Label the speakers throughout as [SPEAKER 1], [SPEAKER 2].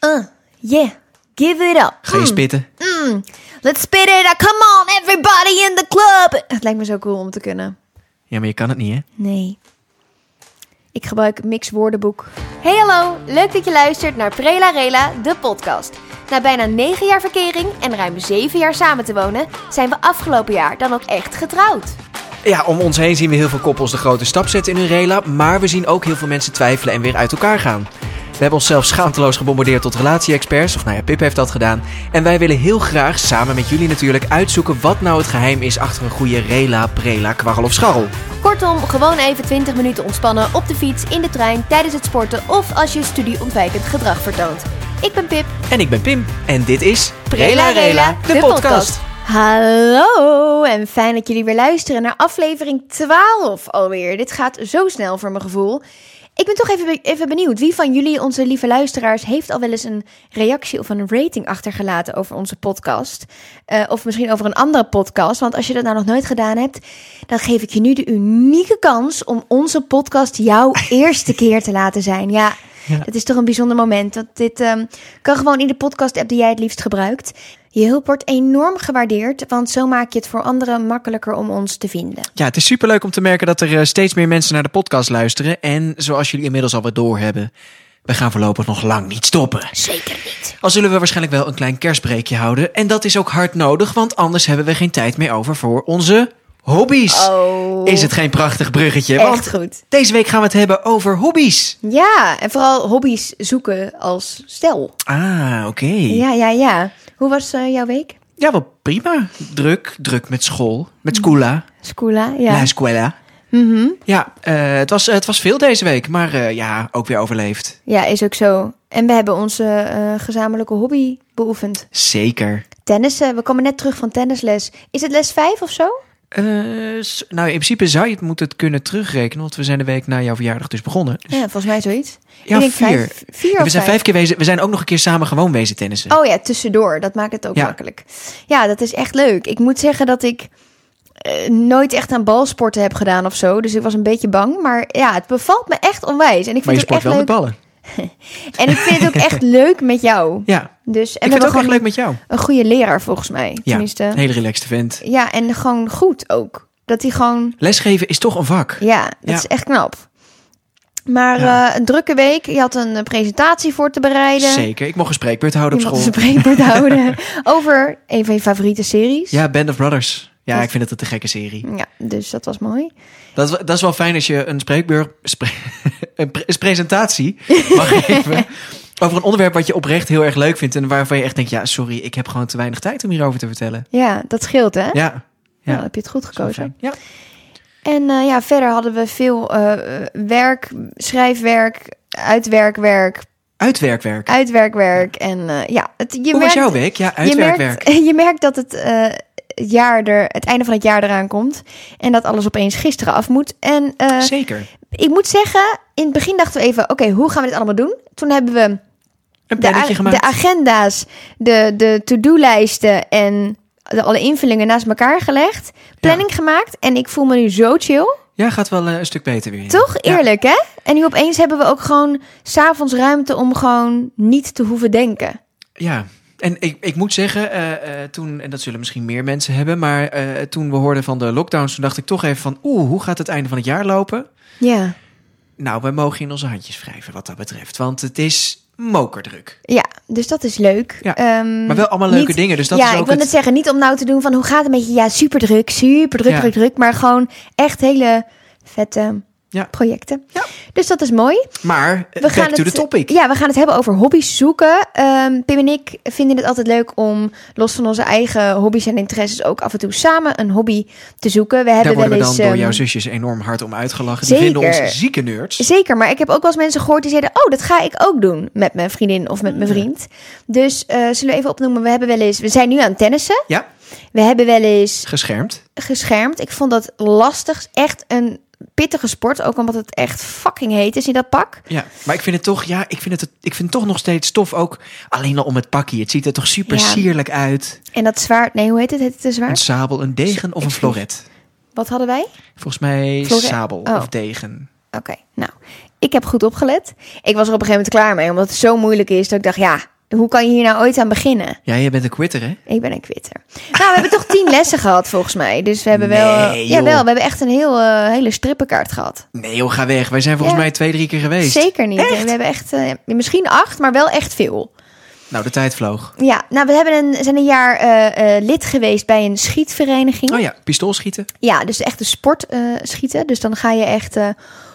[SPEAKER 1] Uh, yeah. Give it up. Hmm.
[SPEAKER 2] Ga je spitten?
[SPEAKER 1] Let's spit it out. Come on, everybody in the club. Het lijkt me zo cool om te kunnen.
[SPEAKER 2] Ja, maar je kan het niet, hè?
[SPEAKER 1] Nee. Ik gebruik het Mix woordenboek. Hey hallo, leuk dat je luistert naar Prela Rela, de podcast. Na bijna 9 jaar verkering en ruim 7 jaar samen te wonen, zijn we afgelopen jaar dan ook echt getrouwd.
[SPEAKER 2] Ja, om ons heen zien we heel veel koppels de grote stap zetten in hun rela, maar we zien ook heel veel mensen twijfelen en weer uit elkaar gaan. We hebben onszelf schaamteloos gebombardeerd tot relatie-experts, of nou ja, Pip heeft dat gedaan. En wij willen heel graag, samen met jullie natuurlijk, uitzoeken wat nou het geheim is achter een goede rela, prela, kwarrel of scharrel.
[SPEAKER 1] Kortom, gewoon even 20 minuten ontspannen op de fiets, in de trein, tijdens het sporten of als je studieontwijkend gedrag vertoont. Ik ben Pip.
[SPEAKER 2] En ik ben Pim, en dit is
[SPEAKER 1] Prela Rela, de podcast. Hallo en fijn dat jullie weer luisteren naar aflevering 12 alweer. Dit gaat zo snel voor mijn gevoel. Ik ben toch even, be- even benieuwd. Wie van jullie, onze lieve luisteraars, heeft al wel eens een reactie of een rating achtergelaten over onze podcast? Eh, of misschien over een andere podcast? Want als je dat nou nog nooit gedaan hebt, dan geef ik je nu de unieke kans om onze podcast jouw eerste keer te laten zijn. Ja. Dat is toch een bijzonder moment. Want dit ehm, kan gewoon in de podcast-app die jij het liefst gebruikt. Je hulp wordt enorm gewaardeerd, want zo maak je het voor anderen makkelijker om ons te vinden.
[SPEAKER 2] Ja, het is superleuk om te merken dat er eh, steeds meer mensen naar de podcast luisteren. En zoals jullie inmiddels al wat doorhebben, we gaan voorlopig nog lang niet stoppen.
[SPEAKER 1] Zeker niet.
[SPEAKER 2] Al zullen we waarschijnlijk wel een klein kerstbreekje houden. En dat is ook hard nodig, want anders hebben we geen tijd meer over voor onze hobby's.
[SPEAKER 1] Oh.
[SPEAKER 2] Is het geen prachtig bruggetje?
[SPEAKER 1] Echt
[SPEAKER 2] want
[SPEAKER 1] goed.
[SPEAKER 2] deze week gaan we het hebben over hobby's.
[SPEAKER 1] Ja, en vooral hobby's zoeken als stel.
[SPEAKER 2] Ah, oké. Ja.
[SPEAKER 1] Ja, ja, ja. Hoe was eh, jouw week?
[SPEAKER 2] wel prima. Druk, druk met school. Met scuola.
[SPEAKER 1] Scoola,
[SPEAKER 2] La
[SPEAKER 1] ja. Mhm.
[SPEAKER 2] scuola. Ja, eh, het, was, het was veel deze week, maar eh, ja, ook weer overleefd.
[SPEAKER 1] Ja, is ook zo. En we hebben onze eh, gezamenlijke hobby beoefend.
[SPEAKER 2] Zeker.
[SPEAKER 1] Tennissen. We komen net terug van tennisles. Is het les 5 of zo?
[SPEAKER 2] Eh, s- nou, in principe zou je het moeten kunnen terugrekenen, want we zijn de week na jouw verjaardag dus begonnen. Dus-
[SPEAKER 1] Ja, volgens mij zoiets.
[SPEAKER 2] Ja,
[SPEAKER 1] Ik denk
[SPEAKER 2] vier.
[SPEAKER 1] vijf- vier
[SPEAKER 2] Ja,
[SPEAKER 1] of
[SPEAKER 2] we zijn vijf keer wezen, we zijn ook nog een keer samen gewoon wezen tennissen.
[SPEAKER 1] Oh ja, tussendoor. Dat maakt het ook
[SPEAKER 2] Ja.
[SPEAKER 1] makkelijk. Ja, dat is echt leuk. Ik moet zeggen dat ik eh, nooit echt aan balsporten heb gedaan of zo. Dus ik was een beetje bang. Maar ja, het bevalt me echt onwijs. En ik
[SPEAKER 2] maar
[SPEAKER 1] vind
[SPEAKER 2] je
[SPEAKER 1] het ook echt
[SPEAKER 2] sport wel
[SPEAKER 1] leuk.
[SPEAKER 2] met ballen.
[SPEAKER 1] En ik vind het ook echt leuk met jou.
[SPEAKER 2] Ja,
[SPEAKER 1] Dus, en we
[SPEAKER 2] ik vind het ook
[SPEAKER 1] hebben
[SPEAKER 2] echt
[SPEAKER 1] gewoon
[SPEAKER 2] leuk met jou.
[SPEAKER 1] een goede leraar volgens mij.
[SPEAKER 2] Ja,
[SPEAKER 1] Tenminste.
[SPEAKER 2] een hele relaxed vent.
[SPEAKER 1] Ja, en gewoon goed ook. Dat hij gewoon...
[SPEAKER 2] Lesgeven is toch een vak.
[SPEAKER 1] Ja, dat
[SPEAKER 2] Ja.
[SPEAKER 1] is echt knap. Maar
[SPEAKER 2] Ja.
[SPEAKER 1] eh, een drukke week. Je had een eh, presentatie voor te bereiden.
[SPEAKER 2] Zeker, ik mocht een spreekbeurt houden
[SPEAKER 1] Je
[SPEAKER 2] op
[SPEAKER 1] mag
[SPEAKER 2] school.
[SPEAKER 1] een spreekwoord houden over een van je favoriete series.
[SPEAKER 2] Ja, Band of Brothers. Ja,
[SPEAKER 1] Dat-
[SPEAKER 2] ik vind dat een te gekke serie.
[SPEAKER 1] Ja, dus dat was mooi.
[SPEAKER 2] Dat, is- dat is wel fijn als je een spreekbeurt, spre- een, pre- een presentatie mag geven over een onderwerp wat je oprecht heel erg leuk vindt en waarvan je echt denkt, ja, sorry, ik heb gewoon te weinig tijd om hierover te vertellen.
[SPEAKER 1] Ja, dat scheelt hè?
[SPEAKER 2] Ja,
[SPEAKER 1] Nou, dan heb je het goed
[SPEAKER 2] zo
[SPEAKER 1] gekozen.
[SPEAKER 2] fijn. Ja.
[SPEAKER 1] En eh, ja, verder hadden we veel eh, werk, schrijfwerk, uitwerkwerk,
[SPEAKER 2] Uitwerkwerk.
[SPEAKER 1] uitwerkwerkwerk. En eh, ja, het, je
[SPEAKER 2] Hoe
[SPEAKER 1] merkt,
[SPEAKER 2] was jouw week? Ja,
[SPEAKER 1] je
[SPEAKER 2] uitwerkwerk.
[SPEAKER 1] merkt, je merkt dat het, eh, het jaar er, het einde van het jaar eraan komt. En dat alles opeens gisteren af moet. En eh,
[SPEAKER 2] Zeker.
[SPEAKER 1] ik moet zeggen, in het begin dachten we even, oké, hoe gaan we dit allemaal doen? Toen hebben we
[SPEAKER 2] Een
[SPEAKER 1] de, a-
[SPEAKER 2] plannetje gemaakt.
[SPEAKER 1] de agenda's, de, de to-do-lijsten en de, alle invullingen naast elkaar gelegd. Planning gemaakt. En ik voel me nu zo chill.
[SPEAKER 2] ja, gaat wel eh, een stuk beter weer.
[SPEAKER 1] Toch?
[SPEAKER 2] Ja.
[SPEAKER 1] Eerlijk, hè? En nu opeens hebben we ook gewoon s'avonds ruimte om gewoon niet te hoeven denken.
[SPEAKER 2] Ja, en ik, ik moet zeggen, eh, eh, toen, en dat zullen misschien meer mensen hebben, maar eh, toen we hoorden van de lockdowns, toen dacht ik toch even van, oeh, hoe gaat het einde van het jaar lopen?
[SPEAKER 1] Ja.
[SPEAKER 2] Nou, wij mogen in onze handjes wrijven wat dat betreft, want het is mokerdruk.
[SPEAKER 1] Ja, dus dat is leuk.
[SPEAKER 2] Ja,
[SPEAKER 1] Ehm,
[SPEAKER 2] Maar wel allemaal leuke
[SPEAKER 1] niet-
[SPEAKER 2] dingen, dus dat
[SPEAKER 1] ja,
[SPEAKER 2] is
[SPEAKER 1] ik
[SPEAKER 2] ook
[SPEAKER 1] wil
[SPEAKER 2] het...
[SPEAKER 1] net zeggen, niet om nou te doen van hoe gaat het met je? Ja, super druk, super druk,
[SPEAKER 2] Ja.
[SPEAKER 1] druk, druk. Maar gewoon echt hele vette
[SPEAKER 2] Ja.
[SPEAKER 1] projecten.
[SPEAKER 2] Ja.
[SPEAKER 1] Dus dat is mooi.
[SPEAKER 2] Maar, we back to the topic.
[SPEAKER 1] Ja, we gaan het hebben over hobby's zoeken. Ehm, Pim en ik vinden het altijd leuk om los van onze eigen hobby's en interesses ook af en toe samen een hobby te zoeken. We
[SPEAKER 2] Daar
[SPEAKER 1] hebben
[SPEAKER 2] worden we
[SPEAKER 1] wel
[SPEAKER 2] dan
[SPEAKER 1] eens
[SPEAKER 2] door
[SPEAKER 1] ehm,
[SPEAKER 2] jouw zusjes enorm hard om uitgelachen. Die
[SPEAKER 1] Zeker.
[SPEAKER 2] vinden ons zieke nerds.
[SPEAKER 1] Zeker, maar ik heb ook wel eens mensen gehoord die zeiden: Oh, dat ga ik ook doen met mijn vriendin of met mijn vriend. Dus eh, zullen we even opnoemen: we hebben wel eens, we zijn nu aan het tennissen.
[SPEAKER 2] Ja.
[SPEAKER 1] We hebben wel eens
[SPEAKER 2] Geschermd.
[SPEAKER 1] geschermd. Ik vond dat lastig, echt een pittige sport, ook omdat het echt fucking heet is in dat pak.
[SPEAKER 2] Ja, maar ik vind het toch, ja, ik vind het, ik vind toch nog steeds tof ook. Alleen al om het pakje. Het ziet er toch super
[SPEAKER 1] Ja.
[SPEAKER 2] sierlijk uit.
[SPEAKER 1] En dat zwaard, nee, hoe heet het? Heet het een
[SPEAKER 2] Een
[SPEAKER 1] zwaard?
[SPEAKER 2] sabel, een degen of een
[SPEAKER 1] Excuus.
[SPEAKER 2] floret.
[SPEAKER 1] Wat hadden wij?
[SPEAKER 2] Volgens mij
[SPEAKER 1] Flore-
[SPEAKER 2] sabel
[SPEAKER 1] Oh.
[SPEAKER 2] of degen.
[SPEAKER 1] Oké, nou, ik heb goed opgelet. Ik was er op een gegeven moment klaar mee, omdat het zo moeilijk is dat ik dacht: Ja, Hoe kan je hier nou ooit aan beginnen?
[SPEAKER 2] Ja, je bent een quitter, hè?
[SPEAKER 1] Ik ben een quitter. Nou, we hebben toch tien lessen gehad volgens mij. Dus we hebben wel...
[SPEAKER 2] Nee, joh.
[SPEAKER 1] Jawel, we hebben echt een heel, eh, hele strippenkaart gehad.
[SPEAKER 2] Nee, joh, ga weg. Wij zijn volgens
[SPEAKER 1] Ja.
[SPEAKER 2] mij twee, drie keer geweest.
[SPEAKER 1] Zeker niet. En We hebben echt... eh, misschien acht, maar wel echt veel.
[SPEAKER 2] Nou, de tijd vloog.
[SPEAKER 1] Ja, nou, we hebben een, zijn een jaar eh, eh, lid geweest bij een schietvereniging.
[SPEAKER 2] Oh ja, pistoolschieten.
[SPEAKER 1] Ja, dus echt een sport eh, schieten. Dus dan ga je echt eh,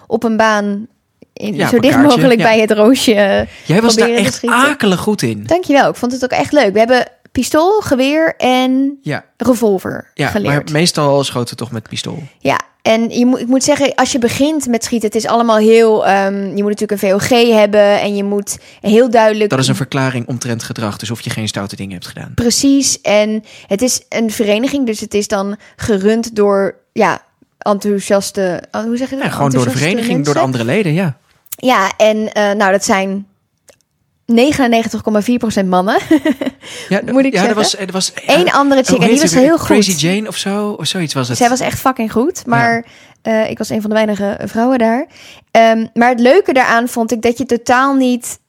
[SPEAKER 1] op een baan in,
[SPEAKER 2] Ja, op
[SPEAKER 1] zo
[SPEAKER 2] een
[SPEAKER 1] dicht
[SPEAKER 2] kaartje,
[SPEAKER 1] mogelijk
[SPEAKER 2] ja.
[SPEAKER 1] bij het roosje. eh,
[SPEAKER 2] Jij was
[SPEAKER 1] proberen
[SPEAKER 2] daar
[SPEAKER 1] te
[SPEAKER 2] echt
[SPEAKER 1] schieten.
[SPEAKER 2] akelig goed in.
[SPEAKER 1] Dankjewel, ik vond het ook echt leuk. We hebben pistool, geweer en
[SPEAKER 2] Ja,
[SPEAKER 1] revolver
[SPEAKER 2] ja
[SPEAKER 1] geleerd.
[SPEAKER 2] maar meestal schoten we toch met pistool.
[SPEAKER 1] Ja, en je moet, ik moet zeggen, als je begint met schieten, het is allemaal heel... ehm, je moet natuurlijk een VOG hebben en je moet heel duidelijk...
[SPEAKER 2] Dat is een verklaring omtrent gedrag, dus of je geen stoute dingen hebt gedaan.
[SPEAKER 1] Precies, en het is een vereniging, dus het is dan gerund door... Ja, enthousiaste... oh, Hoe zeg je dat?
[SPEAKER 2] Ja, Nou, gewoon door de
[SPEAKER 1] Enthousiaste
[SPEAKER 2] vereniging, door de
[SPEAKER 1] mensen.
[SPEAKER 2] andere leden, ja.
[SPEAKER 1] Ja, en eh, nou, dat zijn 99,4% mannen.
[SPEAKER 2] ja
[SPEAKER 1] Moet ik
[SPEAKER 2] ja,
[SPEAKER 1] zeggen?
[SPEAKER 2] Er was, er was,
[SPEAKER 1] Eén
[SPEAKER 2] ja,
[SPEAKER 1] andere chick,
[SPEAKER 2] hoe
[SPEAKER 1] en die
[SPEAKER 2] heet
[SPEAKER 1] was
[SPEAKER 2] ze weer?
[SPEAKER 1] heel
[SPEAKER 2] Crazy
[SPEAKER 1] goed.
[SPEAKER 2] Jane of zo, of zoiets was het.
[SPEAKER 1] Zij was echt fucking goed, maar eh, ik was een van de weinige vrouwen daar. Ehm, maar het leuke daaraan vond ik dat je totaal niet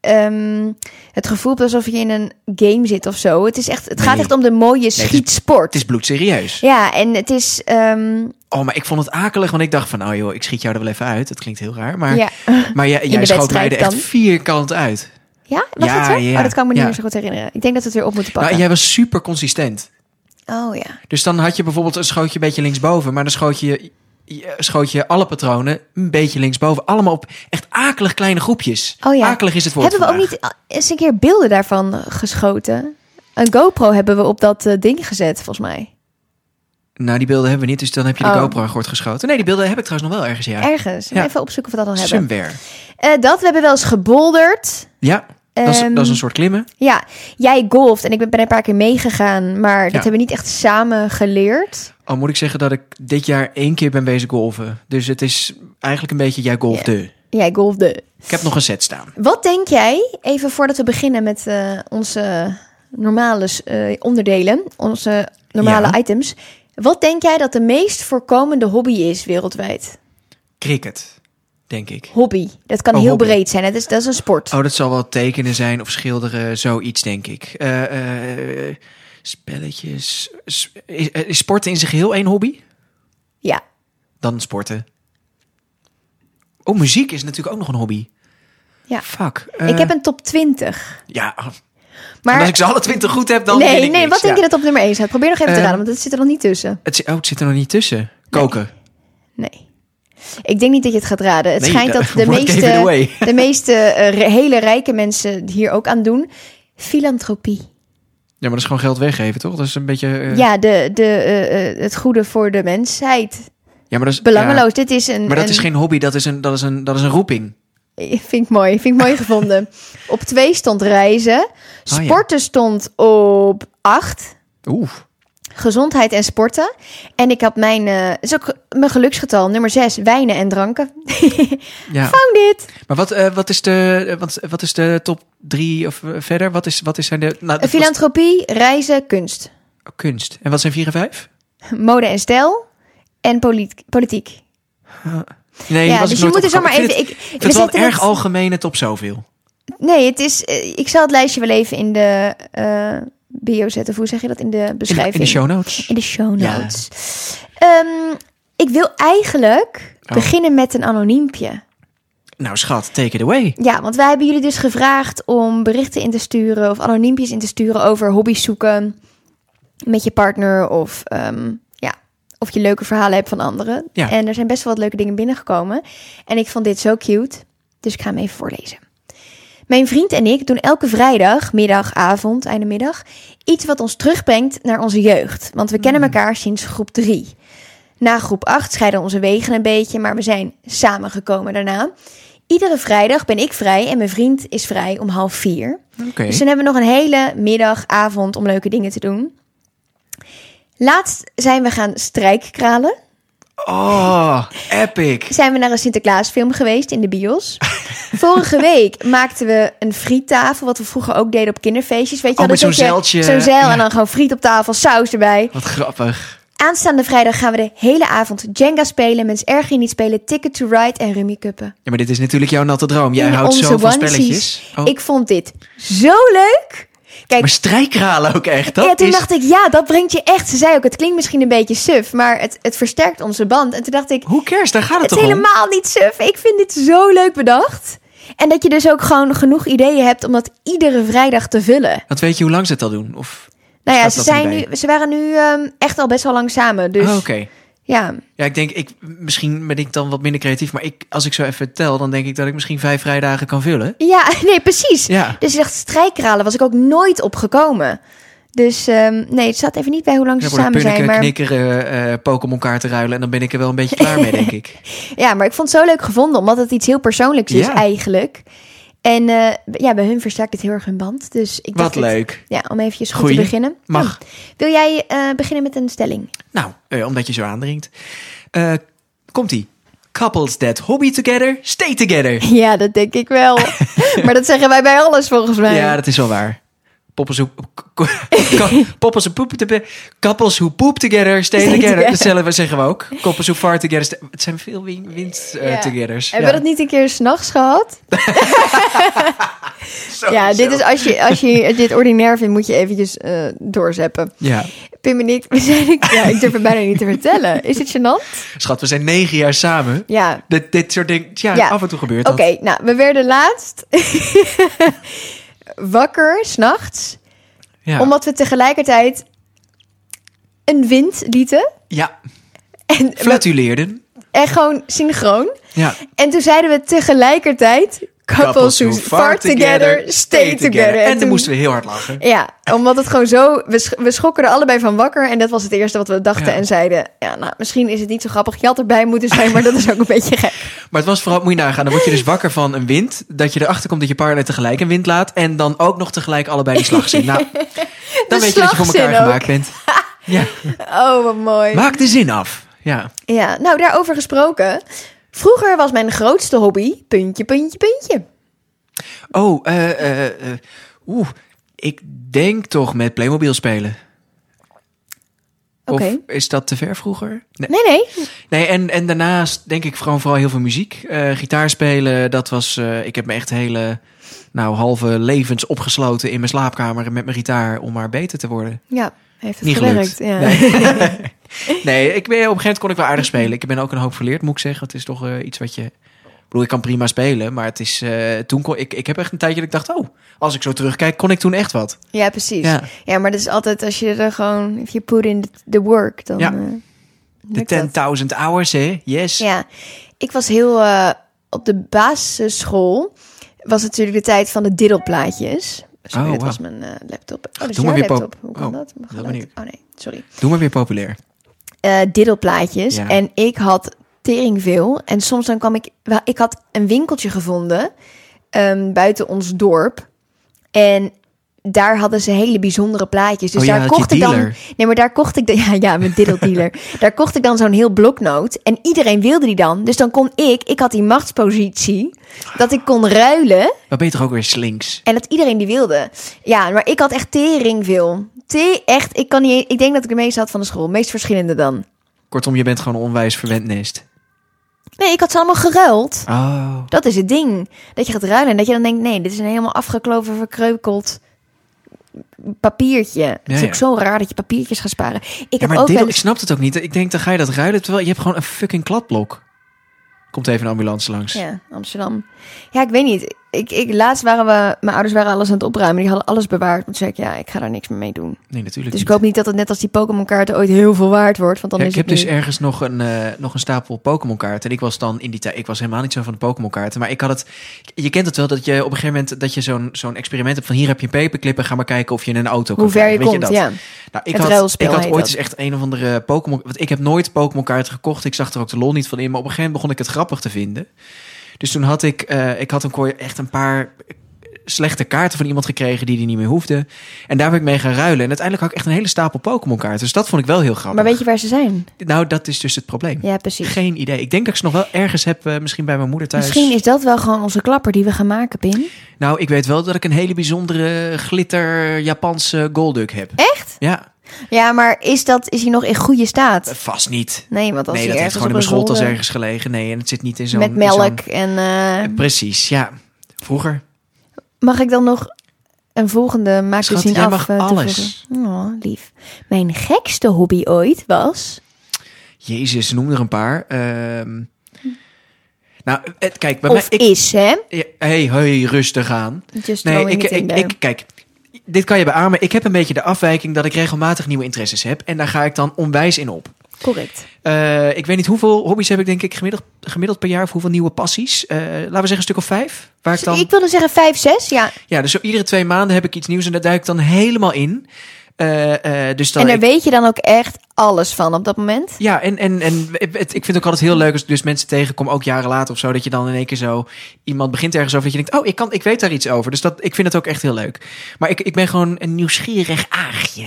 [SPEAKER 1] ehm, het gevoel hebt alsof je in een game zit of zo. Het, is echt, het gaat
[SPEAKER 2] Nee.
[SPEAKER 1] echt om de mooie
[SPEAKER 2] is-
[SPEAKER 1] schietsport.
[SPEAKER 2] Het is bloedserieus.
[SPEAKER 1] Ja, en het is... ehm,
[SPEAKER 2] Oh, maar ik vond het akelig, want ik dacht van, oh joh, ik schiet jou er wel even uit. Dat klinkt heel raar, maar,
[SPEAKER 1] ja.
[SPEAKER 2] maar jij- jij
[SPEAKER 1] de
[SPEAKER 2] schoot mij
[SPEAKER 1] wedstrijd
[SPEAKER 2] er echt
[SPEAKER 1] dan?
[SPEAKER 2] vierkant uit.
[SPEAKER 1] ja, was
[SPEAKER 2] Ja,
[SPEAKER 1] dat zo?
[SPEAKER 2] ja,
[SPEAKER 1] Oh, dat kan ik me niet
[SPEAKER 2] ja.
[SPEAKER 1] meer zo goed herinneren. Ik denk dat we het weer op moeten
[SPEAKER 2] Nou,
[SPEAKER 1] pakken.
[SPEAKER 2] en jij was super consistent.
[SPEAKER 1] Oh ja.
[SPEAKER 2] Dus dan had je bijvoorbeeld een schootje een beetje linksboven, maar dan schoot je, je- schoot je alle patronen een beetje linksboven. Allemaal op echt akelig kleine groepjes.
[SPEAKER 1] Oh ja.
[SPEAKER 2] Akelig is het woord
[SPEAKER 1] Hebben we ook
[SPEAKER 2] vandaag.
[SPEAKER 1] niet eens een keer beelden daarvan geschoten? Een GoPro hebben we op dat eh, ding gezet, volgens mij.
[SPEAKER 2] Nou, die beelden hebben we niet, dus dan heb je de
[SPEAKER 1] Oh.
[SPEAKER 2] GoPro aan gort geschoten. Nee, die beelden heb ik trouwens nog wel ergens, ja.
[SPEAKER 1] Ergens.
[SPEAKER 2] Ja.
[SPEAKER 1] Even opzoeken of we dat nog hebben.
[SPEAKER 2] Somewhere.
[SPEAKER 1] Eh, dat, we hebben wel eens gebolderd.
[SPEAKER 2] Ja, dat is,
[SPEAKER 1] Ehm,
[SPEAKER 2] dat is een soort klimmen.
[SPEAKER 1] Ja, jij golft en ik ben- ben een paar keer meegegaan, maar dat
[SPEAKER 2] Ja.
[SPEAKER 1] hebben we niet echt samen geleerd.
[SPEAKER 2] Al moet ik zeggen dat ik dit jaar één keer ben bezig golven. Dus het is eigenlijk een beetje, jij golfde.
[SPEAKER 1] Jij golfde.
[SPEAKER 2] Ik heb nog een set staan.
[SPEAKER 1] Wat denk jij, even voordat we beginnen met eh, onze normale eh, onderdelen, onze normale
[SPEAKER 2] Ja.
[SPEAKER 1] items. Wat denk jij dat de meest voorkomende hobby is wereldwijd?
[SPEAKER 2] Cricket, denk ik.
[SPEAKER 1] Hobby. Dat kan
[SPEAKER 2] Oh,
[SPEAKER 1] heel
[SPEAKER 2] hobby.
[SPEAKER 1] breed zijn. Het is, dat is een sport.
[SPEAKER 2] Oh, dat zal wel tekenen zijn of schilderen, zoiets denk ik. Eh, eh, eh, spelletjes. S- Is, eh, is sporten in zijn geheel één hobby?
[SPEAKER 1] Ja.
[SPEAKER 2] Dan sporten. Oh, muziek is natuurlijk ook nog een hobby.
[SPEAKER 1] Ja.
[SPEAKER 2] Fuck.
[SPEAKER 1] ik
[SPEAKER 2] eh,
[SPEAKER 1] heb een top 20.
[SPEAKER 2] Ja, maar...
[SPEAKER 1] Maar
[SPEAKER 2] als ik ze alle twintig goed heb, dan
[SPEAKER 1] nee,
[SPEAKER 2] win ik
[SPEAKER 1] nee,
[SPEAKER 2] niks.
[SPEAKER 1] wat denk
[SPEAKER 2] Ja.
[SPEAKER 1] je dat op nummer 1 staat? Probeer nog even te
[SPEAKER 2] Ehm,
[SPEAKER 1] raden, want het zit er nog niet tussen.
[SPEAKER 2] Het, zi- oh, het zit er nog niet tussen. Koken.
[SPEAKER 1] Nee. Ik denk niet dat je het gaat raden. Het
[SPEAKER 2] Nee, eh,
[SPEAKER 1] schijnt
[SPEAKER 2] dat-
[SPEAKER 1] dat de
[SPEAKER 2] word given
[SPEAKER 1] meeste,
[SPEAKER 2] away.
[SPEAKER 1] de meeste eh, re- hele rijke mensen hier ook aan doen. Filantropie.
[SPEAKER 2] Ja, maar dat is gewoon geld weggeven, toch? Dat is een beetje... eh,
[SPEAKER 1] Ja, de, de, eh, eh, het goede voor de mensheid.
[SPEAKER 2] ja, maar dat is...
[SPEAKER 1] Belangeloos. Dit is een.
[SPEAKER 2] ja. maar dat
[SPEAKER 1] een-
[SPEAKER 2] is geen hobby, dat is een, dat is een, dat is een roeping.
[SPEAKER 1] Vind ik mooi. Vind ik mooi gevonden. Op twee stond reizen.
[SPEAKER 2] Oh, ja.
[SPEAKER 1] Sporten stond op acht.
[SPEAKER 2] Oeh.
[SPEAKER 1] Gezondheid en sporten. En ik had mijn, eh, het is ook mijn geluksgetal, nummer 6, wijnen en dranken.
[SPEAKER 2] Ja.
[SPEAKER 1] Found it!
[SPEAKER 2] Maar wat, eh, wat, is de, eh, wat, wat is de top drie of eh, verder? Wat is, wat is zijn de... Nou, dat was
[SPEAKER 1] Filantropie, reizen, kunst,
[SPEAKER 2] kunst. En wat zijn vier en vijf?
[SPEAKER 1] mode en stijl en politie- politiek.
[SPEAKER 2] Nee,
[SPEAKER 1] ja,
[SPEAKER 2] was
[SPEAKER 1] dus
[SPEAKER 2] ik
[SPEAKER 1] je
[SPEAKER 2] nooit
[SPEAKER 1] moet er zomaar
[SPEAKER 2] opgekomen. Ik vind
[SPEAKER 1] even... Ik,
[SPEAKER 2] het- Ik
[SPEAKER 1] we
[SPEAKER 2] vind het wel
[SPEAKER 1] zetten
[SPEAKER 2] een erg
[SPEAKER 1] het-
[SPEAKER 2] algemene top zoveel.
[SPEAKER 1] Nee, het is, eh, ik zal het lijstje wel even in de eh, bio zetten. Of hoe zeg je dat? In de
[SPEAKER 2] In,
[SPEAKER 1] beschrijving.
[SPEAKER 2] in de show notes.
[SPEAKER 1] In de show
[SPEAKER 2] Ja.
[SPEAKER 1] notes. Ehm, ik wil eigenlijk
[SPEAKER 2] Oh.
[SPEAKER 1] beginnen met een anoniempje.
[SPEAKER 2] Nou schat, take it away.
[SPEAKER 1] Ja, want wij hebben jullie dus gevraagd om berichten in te sturen of anoniempjes in te sturen over hobby's zoeken met je partner of ehm, ja, of je leuke verhalen hebt van anderen.
[SPEAKER 2] Ja.
[SPEAKER 1] En er zijn best wel wat leuke dingen binnengekomen. En ik vond dit zo cute, dus ik ga hem even voorlezen. Mijn vriend en ik doen elke vrijdag, middag, avond, einde middag, iets wat ons terugbrengt naar onze jeugd. Want we kennen elkaar sinds groep 3. Na groep 8 scheiden onze wegen een beetje, maar we zijn samengekomen daarna. Iedere vrijdag ben ik vrij en mijn vriend is vrij om half vier.
[SPEAKER 2] Oké.
[SPEAKER 1] Dus dan hebben we nog een hele middag, avond om leuke dingen te doen. Laatst zijn we gaan strijkkralen.
[SPEAKER 2] Oh, epic.
[SPEAKER 1] Zijn we naar een Sinterklaasfilm geweest in de bios. Vorige week maakten we een friettafel, wat we vroeger ook deden op kinderfeestjes. Weet je wel,
[SPEAKER 2] Oh, met
[SPEAKER 1] dan
[SPEAKER 2] zo'n
[SPEAKER 1] zet je
[SPEAKER 2] zeiltje.
[SPEAKER 1] Zo'n zeil
[SPEAKER 2] Ja.
[SPEAKER 1] en dan gewoon friet op tafel, saus erbij.
[SPEAKER 2] Wat grappig.
[SPEAKER 1] Aanstaande vrijdag gaan we de hele avond Jenga spelen, Mens Ergie niet spelen, Ticket to Ride en Rummy Kuppen.
[SPEAKER 2] Ja, maar dit is natuurlijk jouw natte droom. Jij
[SPEAKER 1] In
[SPEAKER 2] houdt
[SPEAKER 1] onze
[SPEAKER 2] zo van
[SPEAKER 1] onesies.
[SPEAKER 2] spelletjes. Oh,
[SPEAKER 1] Ik vond dit zo leuk. Kijk,
[SPEAKER 2] Maar strijkralen ook echt. Dat
[SPEAKER 1] ja, toen
[SPEAKER 2] is...
[SPEAKER 1] dacht ik, ja, dat brengt je echt. Ze zei ook, het klinkt misschien een beetje suf, maar het, het versterkt onze band. En toen dacht ik,
[SPEAKER 2] Hoe cares? Daar gaat
[SPEAKER 1] het
[SPEAKER 2] het,
[SPEAKER 1] is
[SPEAKER 2] toch om?
[SPEAKER 1] helemaal niet suf. Ik vind dit zo leuk bedacht. En dat je dus ook gewoon genoeg ideeën hebt om dat iedere vrijdag te vullen.
[SPEAKER 2] Want weet je hoe lang ze het al doen? Of...
[SPEAKER 1] Nou ja,
[SPEAKER 2] Staat
[SPEAKER 1] ze,
[SPEAKER 2] dat
[SPEAKER 1] zijn
[SPEAKER 2] erbij?
[SPEAKER 1] nu, ze waren nu ehm, echt al best wel lang samen. Dus
[SPEAKER 2] Oh, oké.
[SPEAKER 1] ja,
[SPEAKER 2] Ja, ik denk, ik, misschien ben ik dan wat minder creatief. Maar ik, als ik zo even tel, dan denk ik dat ik misschien vijf vrijdagen kan vullen.
[SPEAKER 1] ja nee, precies.
[SPEAKER 2] Ja.
[SPEAKER 1] Dus je zegt strijkralen was ik ook nooit opgekomen. Dus ehm, nee, het staat even niet bij hoe lang
[SPEAKER 2] Dan
[SPEAKER 1] ze
[SPEAKER 2] worden
[SPEAKER 1] samen zijn.
[SPEAKER 2] punniken,
[SPEAKER 1] Maar
[SPEAKER 2] knikkeren, eh, Pokémon kaarten ruilen. En dan ben ik er wel een beetje klaar mee, denk ik.
[SPEAKER 1] Ja, maar ik vond het zo leuk gevonden, omdat het iets heel persoonlijks is
[SPEAKER 2] Ja.
[SPEAKER 1] eigenlijk. En eh, ja, bij hun versterkt het heel erg hun band. Dus ik dacht
[SPEAKER 2] Wat
[SPEAKER 1] het-
[SPEAKER 2] leuk.
[SPEAKER 1] ja, om eventjes goed
[SPEAKER 2] Goeie.
[SPEAKER 1] te beginnen.
[SPEAKER 2] Mag.
[SPEAKER 1] Oh, wil jij eh, beginnen met een stelling?
[SPEAKER 2] Nou, eh, omdat je zo aandringt. Eh, Komt-ie. Couples that hobby together, stay together.
[SPEAKER 1] Ja, dat denk ik wel. maar dat zeggen wij bij alles volgens mij.
[SPEAKER 2] Ja, dat is wel waar. Poppers who, poppers who poop together. Couples who poop together, stay,
[SPEAKER 1] Stay
[SPEAKER 2] together.
[SPEAKER 1] together.
[SPEAKER 2] Dat zeggen we, zeggen we ook. Couples who far together. stay- Het zijn veel win- wins eh,
[SPEAKER 1] Ja.
[SPEAKER 2] togethers.
[SPEAKER 1] Hebben we dat niet een keer s'nachts gehad? ja, dit is als je, als je dit ordinair vindt, moet je eventjes eh doorzeppen.
[SPEAKER 2] Ja.
[SPEAKER 1] Pim en ik, we zijn... Ja, ik durf het bijna niet te vertellen. Is het gênant?
[SPEAKER 2] Schat, we zijn negen jaar samen.
[SPEAKER 1] Ja,
[SPEAKER 2] Dit, dit soort dingen. Ja,
[SPEAKER 1] Ja.
[SPEAKER 2] af en toe gebeurt
[SPEAKER 1] Oké,
[SPEAKER 2] dat.
[SPEAKER 1] nou, we werden laatst wakker, s'nachts,
[SPEAKER 2] Ja.
[SPEAKER 1] omdat we tegelijkertijd een wind lieten.
[SPEAKER 2] ja,
[SPEAKER 1] En,
[SPEAKER 2] flatuleerden.
[SPEAKER 1] en gewoon synchroon.
[SPEAKER 2] Ja.
[SPEAKER 1] En toen zeiden we tegelijkertijd, couples who dus fart together, stay together.
[SPEAKER 2] En dan
[SPEAKER 1] toen-
[SPEAKER 2] moesten we heel hard lachen.
[SPEAKER 1] Ja, omdat het gewoon zo... We, sch- we schrokken er allebei van wakker. En dat was het eerste wat we dachten.
[SPEAKER 2] Ja.
[SPEAKER 1] En zeiden, ja, nou, misschien is het niet zo grappig. Je had erbij moeten zijn, maar dat is ook een beetje gek.
[SPEAKER 2] Maar het was vooral, moet je nagaan, dan word je dus wakker van een wind. Dat je erachter komt dat je partner tegelijk een wind laat. En dan ook nog tegelijk allebei die slag zien. Nou, dan weet je dat je voor
[SPEAKER 1] slagzin
[SPEAKER 2] elkaar
[SPEAKER 1] ook.
[SPEAKER 2] gemaakt bent. Ja,
[SPEAKER 1] Oh, wat mooi.
[SPEAKER 2] maak de zin af. Ja,
[SPEAKER 1] Ja, nou daarover gesproken. Vroeger was mijn grootste hobby puntje, puntje, puntje.
[SPEAKER 2] oh, eh, eh, eh, oeh, ik denk toch met Playmobil spelen. Of
[SPEAKER 1] Oké.
[SPEAKER 2] is dat te ver vroeger? Nee,
[SPEAKER 1] Nee, nee.
[SPEAKER 2] nee en, en daarnaast denk ik vooral, vooral heel veel muziek. Eh, gitaar spelen, dat was, eh, ik heb me echt hele, nou, halve levens opgesloten in mijn slaapkamer met mijn gitaar om maar beter te worden.
[SPEAKER 1] Ja, heeft het
[SPEAKER 2] Niet
[SPEAKER 1] gewerkt. Ja.
[SPEAKER 2] gelukt. Nee. nee, ik ben, op een gegeven moment kon ik wel aardig spelen. Ik ben ook een hoop verleerd, moet ik zeggen. Het is toch eh, iets wat je... Ik bedoel, ik kan prima spelen, maar het is... eh, toen kon, ik, ik heb echt een tijdje dat ik dacht... Oh, als ik zo terugkijk, kon ik toen echt wat.
[SPEAKER 1] Ja, precies. Ja.
[SPEAKER 2] Ja.
[SPEAKER 1] maar dat is altijd als je er gewoon, if you put in the, the work, dan.
[SPEAKER 2] Ja.
[SPEAKER 1] eh, lukt dat.
[SPEAKER 2] De 10.000 hours, hè? Yes.
[SPEAKER 1] Ja, ik was heel eh, op de basisschool. Was natuurlijk de tijd van de diddelplaatjes. Sorry,
[SPEAKER 2] Oh,
[SPEAKER 1] dat
[SPEAKER 2] wauw.
[SPEAKER 1] was mijn eh, laptop. Oh, dat is jouw
[SPEAKER 2] Doe maar weer pop-
[SPEAKER 1] laptop. Hoe kan
[SPEAKER 2] Oh,
[SPEAKER 1] dat? Mijn
[SPEAKER 2] dat
[SPEAKER 1] geluid.
[SPEAKER 2] ben ik.
[SPEAKER 1] Oh nee, sorry.
[SPEAKER 2] Doe maar weer populair.
[SPEAKER 1] eh, diddelplaatjes.
[SPEAKER 2] Ja.
[SPEAKER 1] En ik had tering veel. En soms dan kwam ik... Wel, ik had een winkeltje gevonden ehm, buiten ons dorp. En daar hadden ze hele bijzondere plaatjes. Dus
[SPEAKER 2] Oh, jij
[SPEAKER 1] daar
[SPEAKER 2] had je
[SPEAKER 1] kocht ik dan...
[SPEAKER 2] dealer.
[SPEAKER 1] Nee, maar daar kocht ik... dan- Ja, ja, mijn diddeldealer. daar kocht ik dan zo'n heel bloknoot. En iedereen wilde die dan. Dus dan kon ik... Ik had die machtspositie. Dat ik kon ruilen.
[SPEAKER 2] Maar ben je toch ook weer slinks?
[SPEAKER 1] En dat iedereen die wilde. Ja, maar ik had echt tering veel. Te echt... Ik, kan niet, e- ik denk dat ik de meeste had van de school. Meest verschillende dan.
[SPEAKER 2] Kortom, je bent gewoon een onwijs verwend nest.
[SPEAKER 1] Nee, ik had ze allemaal geruild.
[SPEAKER 2] Oh.
[SPEAKER 1] Dat is het ding. Dat je gaat ruilen en dat je dan denkt... nee, dit is een helemaal afgekloven, verkreukeld papiertje. het is
[SPEAKER 2] Ja,
[SPEAKER 1] ook
[SPEAKER 2] ja.
[SPEAKER 1] zo raar dat je papiertjes gaat sparen. Ik
[SPEAKER 2] Ja,
[SPEAKER 1] heb
[SPEAKER 2] maar
[SPEAKER 1] ook
[SPEAKER 2] dit,
[SPEAKER 1] wel
[SPEAKER 2] ik
[SPEAKER 1] eens...
[SPEAKER 2] snap het ook niet. Ik denk, dan ga je dat ruilen, terwijl je hebt gewoon een fucking kladblok. Komt even een ambulance langs.
[SPEAKER 1] Ja, Amsterdam. Ja, ik weet niet. Ik, ik, laatst waren we... Mijn ouders waren alles aan het opruimen. Die hadden alles bewaard. Toen zei ik, ja, ik ga daar niks meer mee doen.
[SPEAKER 2] Nee, natuurlijk
[SPEAKER 1] Dus ik
[SPEAKER 2] niet.
[SPEAKER 1] hoop niet dat het net als die Pokémon-kaarten... ooit heel veel waard wordt, want dan
[SPEAKER 2] Ja,
[SPEAKER 1] is
[SPEAKER 2] ik heb
[SPEAKER 1] het
[SPEAKER 2] dus
[SPEAKER 1] nu-
[SPEAKER 2] ergens nog een, eh, nog een stapel Pokémon kaarten. En ik was dan in die tijd, ik was helemaal niet zo van de Pokémon kaarten. Maar ik had het, je kent het wel, dat je op een gegeven moment dat je zo'n zo'n experiment hebt van hier heb je een paperclip en ga maar kijken of je in een auto kan
[SPEAKER 1] Hoe ver je
[SPEAKER 2] vliegen. Weet
[SPEAKER 1] komt,
[SPEAKER 2] dat?
[SPEAKER 1] ja.
[SPEAKER 2] Nou, ik
[SPEAKER 1] Het
[SPEAKER 2] had,
[SPEAKER 1] ruilspel
[SPEAKER 2] ik had
[SPEAKER 1] heet
[SPEAKER 2] ooit
[SPEAKER 1] dat.
[SPEAKER 2] eens echt een of andere Pokémon, want ik heb nooit Pokémon kaarten gekocht. Ik zag er ook de lol niet van in, maar op een gegeven moment begon ik het grappig te vinden. Dus toen had ik, eh, ik had een kooi echt een paar slechte kaarten van iemand gekregen die die niet meer hoefde. En daar ben ik mee gaan ruilen. En uiteindelijk had ik echt een hele stapel Pokémon kaarten. Dus dat vond ik wel heel grappig.
[SPEAKER 1] Maar weet je waar ze zijn?
[SPEAKER 2] Nou, dat is dus het probleem.
[SPEAKER 1] Ja, precies.
[SPEAKER 2] Geen idee. Ik denk dat ik ze nog wel ergens heb, eh, misschien bij mijn moeder thuis.
[SPEAKER 1] Misschien is dat wel gewoon onze klapper die we gaan maken, Pim.
[SPEAKER 2] Nou, ik weet wel dat ik een hele bijzondere glitter Japanse Golduck heb.
[SPEAKER 1] Echt?
[SPEAKER 2] Ja.
[SPEAKER 1] Ja, maar is, dat, is hij nog in goede staat?
[SPEAKER 2] Eh, Vast niet.
[SPEAKER 1] Nee, want als
[SPEAKER 2] nee,
[SPEAKER 1] hij
[SPEAKER 2] dat
[SPEAKER 1] ergens
[SPEAKER 2] heeft gewoon in
[SPEAKER 1] op
[SPEAKER 2] mijn
[SPEAKER 1] een
[SPEAKER 2] schooltas
[SPEAKER 1] zolder-
[SPEAKER 2] ergens gelegen. Nee, en het zit niet in zo'n...
[SPEAKER 1] met
[SPEAKER 2] in zo'n-
[SPEAKER 1] melk. En eh,
[SPEAKER 2] Eh, Precies, ja. Vroeger.
[SPEAKER 1] mag ik dan nog een volgende? Maak
[SPEAKER 2] Schat,
[SPEAKER 1] dus niet
[SPEAKER 2] jij
[SPEAKER 1] af.
[SPEAKER 2] mag
[SPEAKER 1] eh, te
[SPEAKER 2] alles.
[SPEAKER 1] voegen. Oh, lief. Mijn gekste hobby ooit was.
[SPEAKER 2] Jezus, noem er een paar. Ehm, nou, het, kijk, bij
[SPEAKER 1] Of
[SPEAKER 2] mij... Ik,
[SPEAKER 1] is, hè?
[SPEAKER 2] ja, hey, hey, rustig aan.
[SPEAKER 1] Just
[SPEAKER 2] Nee,
[SPEAKER 1] throwing
[SPEAKER 2] ik,
[SPEAKER 1] it in
[SPEAKER 2] ik,
[SPEAKER 1] there.
[SPEAKER 2] ik, kijk, dit kan je beamen. Ik heb een beetje de afwijking dat ik regelmatig nieuwe interesses heb. En daar ga ik dan onwijs in op.
[SPEAKER 1] Correct.
[SPEAKER 2] Eh, ik weet niet hoeveel hobby's heb ik denk ik gemiddeld, gemiddeld per jaar of hoeveel nieuwe passies. Eh, laten we zeggen een stuk of vijf. Waar ik
[SPEAKER 1] Dus
[SPEAKER 2] dan...
[SPEAKER 1] Ik wilde zeggen 5, 6, ja.
[SPEAKER 2] Ja, dus zo iedere twee maanden heb ik iets nieuws en daar duik ik dan helemaal in. Eh, eh, dus dan
[SPEAKER 1] en daar
[SPEAKER 2] ik-
[SPEAKER 1] weet je dan ook echt alles van op dat moment.
[SPEAKER 2] Ja, en, en, en het- ik vind het ook altijd heel leuk als ik dus mensen tegenkom, ook jaren later of zo, dat je dan in één keer zo iemand begint ergens over dat je denkt, oh, ik, kan, ik weet daar iets over. Dus dat, ik vind het ook echt heel leuk. Maar ik, ik ben gewoon een nieuwsgierig aagje.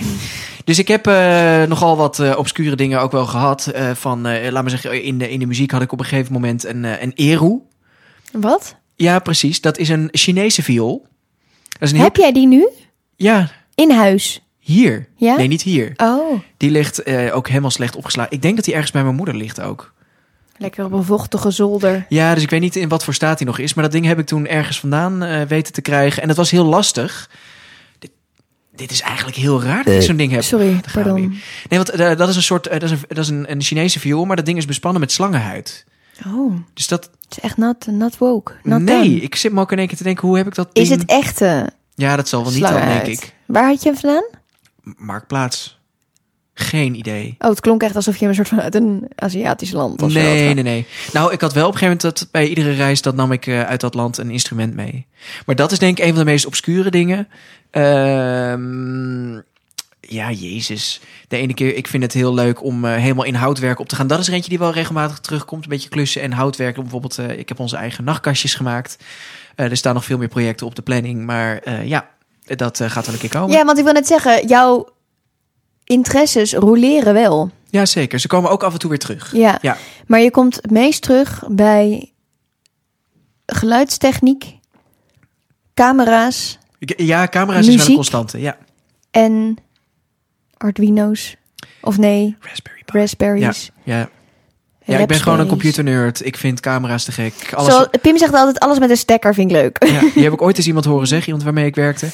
[SPEAKER 2] Dus ik heb eh, nogal wat eh, obscure dingen ook wel gehad. eh, van, eh, laat maar zeggen, in de, in de muziek had ik op een gegeven moment een, eh, een eru.
[SPEAKER 1] Wat?
[SPEAKER 2] Ja, precies. Dat is een Chinese viool. Dat is een
[SPEAKER 1] Heb jij die nu?
[SPEAKER 2] Ja,
[SPEAKER 1] In huis.
[SPEAKER 2] hier.
[SPEAKER 1] Ja?
[SPEAKER 2] Nee, niet hier.
[SPEAKER 1] Oh,
[SPEAKER 2] Die ligt eh, ook helemaal slecht opgeslagen. Ik denk dat die ergens bij mijn moeder ligt ook.
[SPEAKER 1] lekker op een vochtige zolder.
[SPEAKER 2] Ja, dus ik weet niet in wat voor staat hij nog is. Maar dat ding heb ik toen ergens vandaan eh, weten te krijgen. En dat was heel lastig. Dit, dit is eigenlijk heel raar dat ik zo'n ding heb.
[SPEAKER 1] Sorry,
[SPEAKER 2] Daar gaan we
[SPEAKER 1] pardon.
[SPEAKER 2] weer. Nee, want eh, dat is een soort. eh, dat is, een, dat is een, een Chinese viool, maar dat ding is bespannen met slangenhuid.
[SPEAKER 1] Oh,
[SPEAKER 2] Dus dat.
[SPEAKER 1] het is echt not, not woke. Not
[SPEAKER 2] nee,
[SPEAKER 1] done.
[SPEAKER 2] ik zit me ook in één keer te denken: hoe heb ik dat.
[SPEAKER 1] Nou, Is
[SPEAKER 2] ding-
[SPEAKER 1] het echte
[SPEAKER 2] Ja, dat zal wel niet dan, denk
[SPEAKER 1] slangenhuid?
[SPEAKER 2] ik.
[SPEAKER 1] Waar had je hem vandaan?
[SPEAKER 2] Marktplaats. Geen idee.
[SPEAKER 1] Oh, het klonk echt alsof je hem een soort van uit een Aziatisch land of zo had
[SPEAKER 2] Nee,
[SPEAKER 1] gehaald.
[SPEAKER 2] nee, nee. Nou, ik had wel op een gegeven moment dat bij iedere reis, dat nam ik eh, uit dat land een instrument mee. Maar dat is denk ik een van de meest obscure dingen. Ehm, ja, Jezus. De ene keer, ik vind het heel leuk om eh, helemaal in houtwerk op te gaan. Dat is er eentje die wel regelmatig terugkomt. Een beetje klussen en houtwerken. Bijvoorbeeld, eh, ik heb onze eigen nachtkastjes gemaakt. Eh, er staan nog veel meer projecten op de planning. Maar eh, ja, dat eh, gaat wel een keer komen.
[SPEAKER 1] Ja, want ik wil net zeggen, jouw interesses roleren wel.
[SPEAKER 2] Ja, zeker. Ze komen ook af en toe weer terug.
[SPEAKER 1] Ja.
[SPEAKER 2] Ja.
[SPEAKER 1] Maar je komt het meest terug bij geluidstechniek, camera's
[SPEAKER 2] Ik- Ja, camera's is wel
[SPEAKER 1] Muziek.
[SPEAKER 2] een constante. Ja.
[SPEAKER 1] en Arduino's. Of nee,
[SPEAKER 2] Raspberry Pi. Ja,
[SPEAKER 1] raspberries.
[SPEAKER 2] ja. Ja, ik ben gewoon een
[SPEAKER 1] raspberries.
[SPEAKER 2] computernerd. Ik vind camera's te gek. Alles,
[SPEAKER 1] Zo, Pim zegt altijd, alles met een stekker vind ik leuk.
[SPEAKER 2] ja, die heb ik ooit eens iemand horen zeggen, iemand waarmee ik werkte.